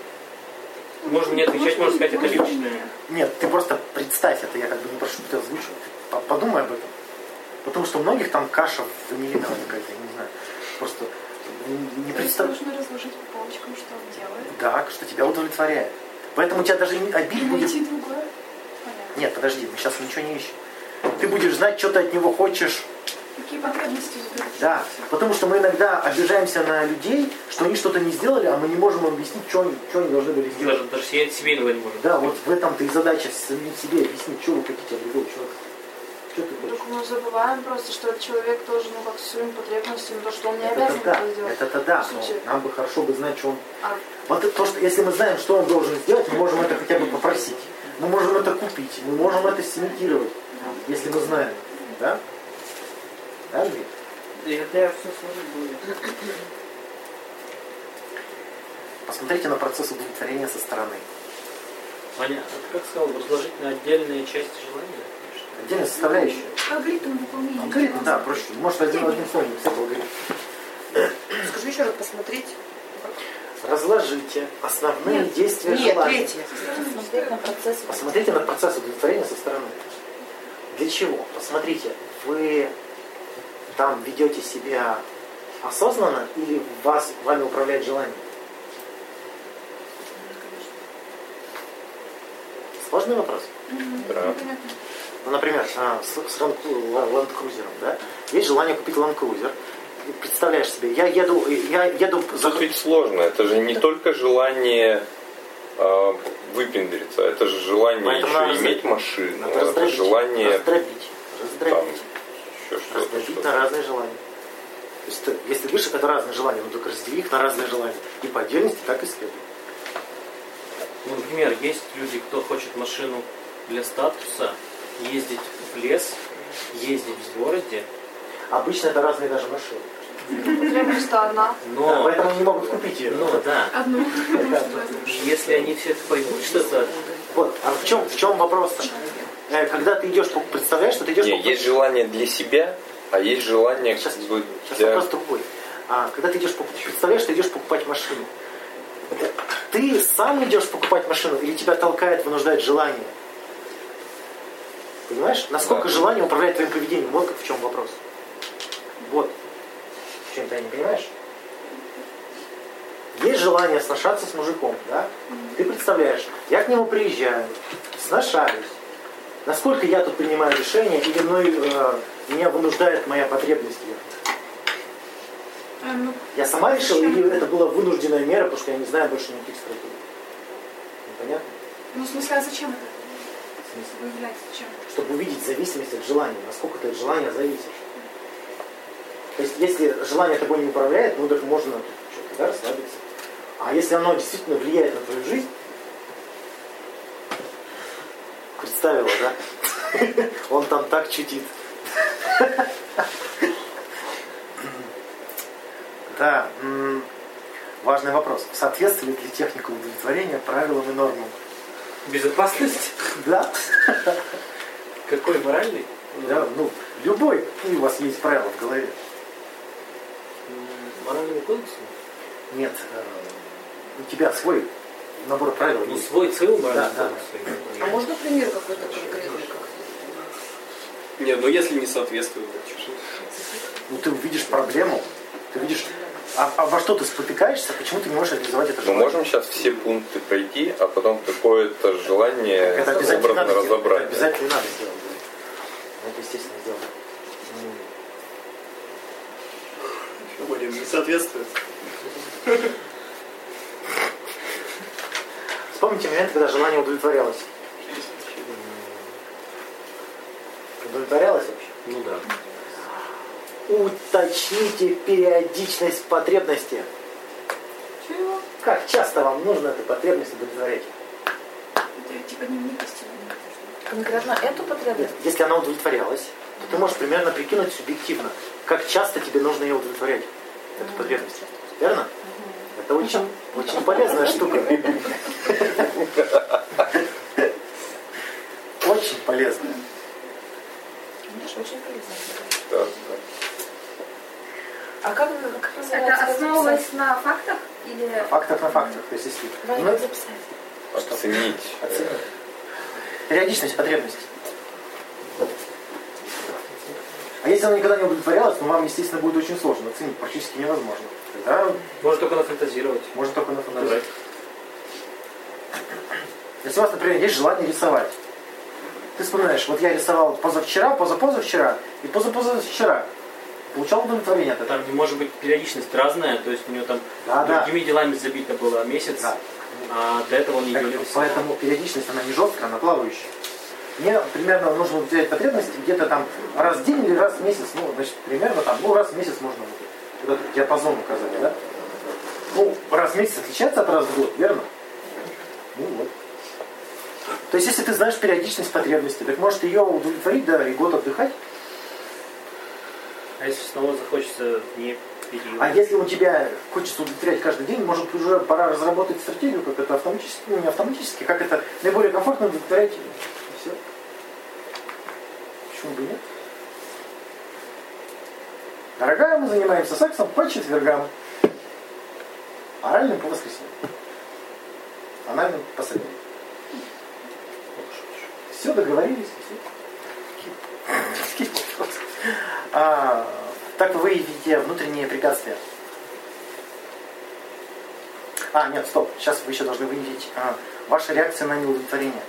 [SPEAKER 8] Можно не отвечать, можно сказать, это личное.
[SPEAKER 1] Нет, ты просто представь это, я как бы не прошу, чтобы ты озвучил. Ты по- Подумай об этом. Потому что у многих там каша ванилиновая какая-то, я не знаю. Просто не- не
[SPEAKER 13] То есть
[SPEAKER 1] представляешь.
[SPEAKER 13] нужно разложить по полочкам, что он делает.
[SPEAKER 1] Да, что тебя удовлетворяет. Поэтому у тебя даже не
[SPEAKER 13] И
[SPEAKER 1] обидно будет.
[SPEAKER 13] найти другое.
[SPEAKER 1] Нет, подожди, мы сейчас ничего не ищем. Ты будешь знать, что ты от него хочешь.
[SPEAKER 13] Какие потребности удовлетворяют?
[SPEAKER 1] Да, потому что мы иногда обижаемся на людей, что они что-то не сделали, а мы не можем им объяснить, что они, что они должны были сделать.
[SPEAKER 8] Даже, даже се- семейного не может.
[SPEAKER 1] Да, вот в этом-то и задача самим себе объяснить, что вы хотите от другого человека. Что ты хочешь?
[SPEAKER 17] Только мы забываем просто, что этот человек должен ну, как со своими потребностями, то, что он не
[SPEAKER 1] Это
[SPEAKER 17] обязан
[SPEAKER 1] да,
[SPEAKER 17] это делать.
[SPEAKER 1] это да,
[SPEAKER 17] В
[SPEAKER 1] но
[SPEAKER 17] случае.
[SPEAKER 1] нам бы хорошо бы знать, что он...
[SPEAKER 17] А,
[SPEAKER 1] Вот это то, что если мы знаем, что он должен сделать, мы можем это хотя бы попросить. Мы можем это купить, мы можем это симитировать, если мы знаем. Да? Да, Андрей?
[SPEAKER 2] И это я все сложить буду.
[SPEAKER 1] Посмотрите на процесс удовлетворения со стороны.
[SPEAKER 8] Аня, а ты как сказал, разложить на отдельные части желания?
[SPEAKER 1] Отдельная составляющая.
[SPEAKER 9] э, Алгоритм выполнения.
[SPEAKER 1] Алгоритм, да, проще. Может, один, одним словом написать алгоритм.
[SPEAKER 7] скажи еще раз, посмотреть.
[SPEAKER 1] Разложите основные
[SPEAKER 7] Нет,
[SPEAKER 1] действия
[SPEAKER 7] нет,
[SPEAKER 1] желания.
[SPEAKER 7] третье.
[SPEAKER 17] Смотреть на процесс.
[SPEAKER 1] Посмотрите на процесс удовлетворения со стороны. Для чего? Посмотрите, вы там ведете себя осознанно или вас, вами управляет желание? Сложный вопрос.
[SPEAKER 3] Да.
[SPEAKER 1] Ну, например, а, с, с ран- ла- ландкрузером, да? Есть желание купить ландкрузер. И Представляешь себе, я еду, я еду за
[SPEAKER 3] Тут ведь сложно. Это же не только желание а, выпендриться. Это же желание
[SPEAKER 18] Поэтому
[SPEAKER 3] еще
[SPEAKER 18] надо раз-
[SPEAKER 3] иметь машину,
[SPEAKER 18] надо
[SPEAKER 3] это
[SPEAKER 18] раздробить,
[SPEAKER 3] желание
[SPEAKER 18] раздробить, раздробить.
[SPEAKER 3] еще что-то.
[SPEAKER 18] Раздробить
[SPEAKER 3] что-то.
[SPEAKER 18] на разные желания. То есть ты- если вышек это разные желания, но только раздели их на разные желания. И по отдельности так и следует.
[SPEAKER 8] Ну, например, есть люди, кто хочет машину для статуса, ездить в лес, ездить в городе,
[SPEAKER 18] Обычно это разные даже машины.
[SPEAKER 17] Прям просто одна.
[SPEAKER 8] но...
[SPEAKER 18] Да, поэтому они не могут купить ее.
[SPEAKER 8] Ну да.
[SPEAKER 17] Одну.
[SPEAKER 8] Если они все это поймут, что-то...
[SPEAKER 18] Вот, а в чем, в чем вопрос Э, Когда ты идешь, по- представляешь, что ты идешь...
[SPEAKER 3] Не,
[SPEAKER 18] по-
[SPEAKER 3] есть желание для себя, а есть желание как бы,
[SPEAKER 18] Сейчас
[SPEAKER 3] для...
[SPEAKER 18] вопрос другой. А, когда ты идешь покупать, представляешь, ты идешь покупать машину. Ты сам идешь покупать машину или тебя толкает, вынуждает желание? Понимаешь? Насколько желание управляет твоим поведением? Вот в чем вопрос. Вот. В чем ты не понимаешь? Есть желание сношаться с мужиком, да? Ты представляешь, я к нему приезжаю, сношаюсь. Насколько я тут принимаю решение, или мной, э, меня вынуждает моя потребность? в нём?
[SPEAKER 9] Э, ну,
[SPEAKER 18] Я сама решила, или это была вынужденная мера, потому что я не знаю больше никаких стратегий? Непонятно?
[SPEAKER 9] ну, в смысле, а зачем это? Выявлять зачем?
[SPEAKER 18] Чтобы увидеть зависимость от желания, насколько ты от желания зависишь. То есть, если желание тобой не управляет, ну, так можно тут чё-то, да, расслабиться. А если оно действительно влияет на твою жизнь, представила, да? (laughs) Он там так чутит.
[SPEAKER 1] Да, м, важный вопрос. Соответствует ли техника удовлетворения правилам и нормам?
[SPEAKER 8] Безопасность? (laughs)
[SPEAKER 1] Да.
[SPEAKER 8] Какой моральный?
[SPEAKER 1] Да, ну, любой. Ну, и у вас есть правила в голове.
[SPEAKER 8] Моральными кодексами?
[SPEAKER 1] Нет, э, у тебя свой набор правил.
[SPEAKER 8] Ну,
[SPEAKER 1] есть.
[SPEAKER 8] свой, своего морального
[SPEAKER 1] Да, да.
[SPEAKER 8] кодекса.
[SPEAKER 7] А можно пример какой-то конкретный?
[SPEAKER 12] Не, ну если не соответствует, то чё же.
[SPEAKER 1] Ну, ты увидишь проблему, ты видишь, а, а во что ты спотыкаешься, почему ты не можешь реализовать это
[SPEAKER 3] Мы
[SPEAKER 1] желание.
[SPEAKER 3] можем сейчас все пункты пройти, а потом какое-то желание
[SPEAKER 1] Это обязательно
[SPEAKER 3] образно
[SPEAKER 1] надо сделать. Это
[SPEAKER 3] разобрать.
[SPEAKER 1] обязательно надо сделать. да. Это, естественно, сделано. М.
[SPEAKER 12] Чё, блин, не соответствует.
[SPEAKER 18] Вспомните момент, когда желание удовлетворялось. Удовлетворялось вообще?
[SPEAKER 8] Ну да.
[SPEAKER 18] Уточните периодичность потребности.
[SPEAKER 9] Чего?
[SPEAKER 18] Как часто вам нужно эту потребность удовлетворять?
[SPEAKER 9] Это типа дневник истинный.
[SPEAKER 6] Конкретно эту потребность?
[SPEAKER 18] Если она удовлетворялась, то ты можешь примерно прикинуть субъективно, как часто тебе нужно ее удовлетворять, эту потребность. Верно? Это очень, очень полезная штука.
[SPEAKER 1] Очень полезно.
[SPEAKER 6] Конечно, очень полезно.
[SPEAKER 3] Да.
[SPEAKER 6] А как, как Это называется? основываясь на фактах или...
[SPEAKER 1] Фактор на фактах. То есть, если...
[SPEAKER 6] Давай
[SPEAKER 1] Ну,
[SPEAKER 6] записать.
[SPEAKER 3] Оценить.
[SPEAKER 1] Периодичность потребностей. А если она никогда не удовлетворялась, ну вам, естественно, будет очень сложно оценить, практически невозможно. Тогда
[SPEAKER 8] Можно только нафантазировать.
[SPEAKER 1] Можно только нафантазировать.
[SPEAKER 8] Набрать.
[SPEAKER 1] Если у вас, например, есть желание рисовать, ты вспоминаешь, вот я рисовал позавчера, позапозавчера и позапозавчера. Получал удовлетворение от этого.
[SPEAKER 8] Там не может быть периодичность разная, то есть у него там
[SPEAKER 1] Да, да.
[SPEAKER 8] другими делами забито было месяц, а до этого он не
[SPEAKER 1] Так, Поэтому периодичность, она не жесткая, она плавающая. Мне примерно нужно взять потребности где-то там раз в день или раз в месяц. Ну, значит, примерно там, ну, раз в месяц можно вот этот диапазон указать, да? Ну, раз в месяц отличается от раз в год, верно? Ну вот. То есть, если ты знаешь периодичность потребности, так может ее удовлетворить, да, и год отдыхать.
[SPEAKER 8] А если снова захочется не период?
[SPEAKER 1] А если у тебя хочется удовлетворять каждый день, может уже пора разработать стратегию, как это автоматически, ну не автоматически, как это наиболее комфортно удовлетворять. И все. Почему бы и нет? Дорогая, мы занимаемся сексом по четвергам. Оральным по воскресеньям. Анальным по средам. Все, договорились. всё. Какие вопросы? А, так вы видите внутренние препятствия. А, нет, стоп. Сейчас вы еще должны выявить а, ваша реакция на неудовлетворение.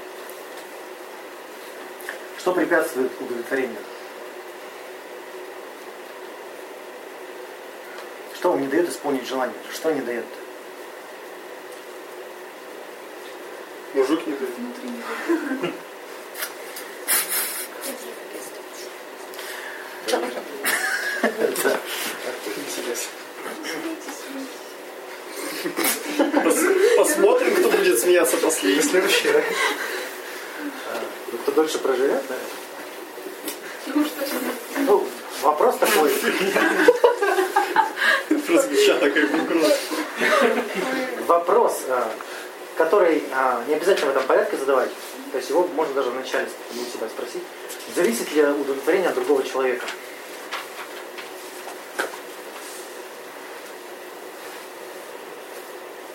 [SPEAKER 1] Что препятствует удовлетворению? Что вам не дает исполнить желание? Что не дает?
[SPEAKER 5] Мужик не дает. Пос- Посмотрим, кто будет смеяться последний. Следующий, да?
[SPEAKER 1] Ну, Кто дольше проживет, да? Ну, вопрос такой.
[SPEAKER 5] Прозвучало как вопрос.
[SPEAKER 1] Вопрос, а, который а, не обязательно в этом порядке задавать. То есть его можно даже вначале у себя спросить. Зависит ли удовлетворение от другого человека?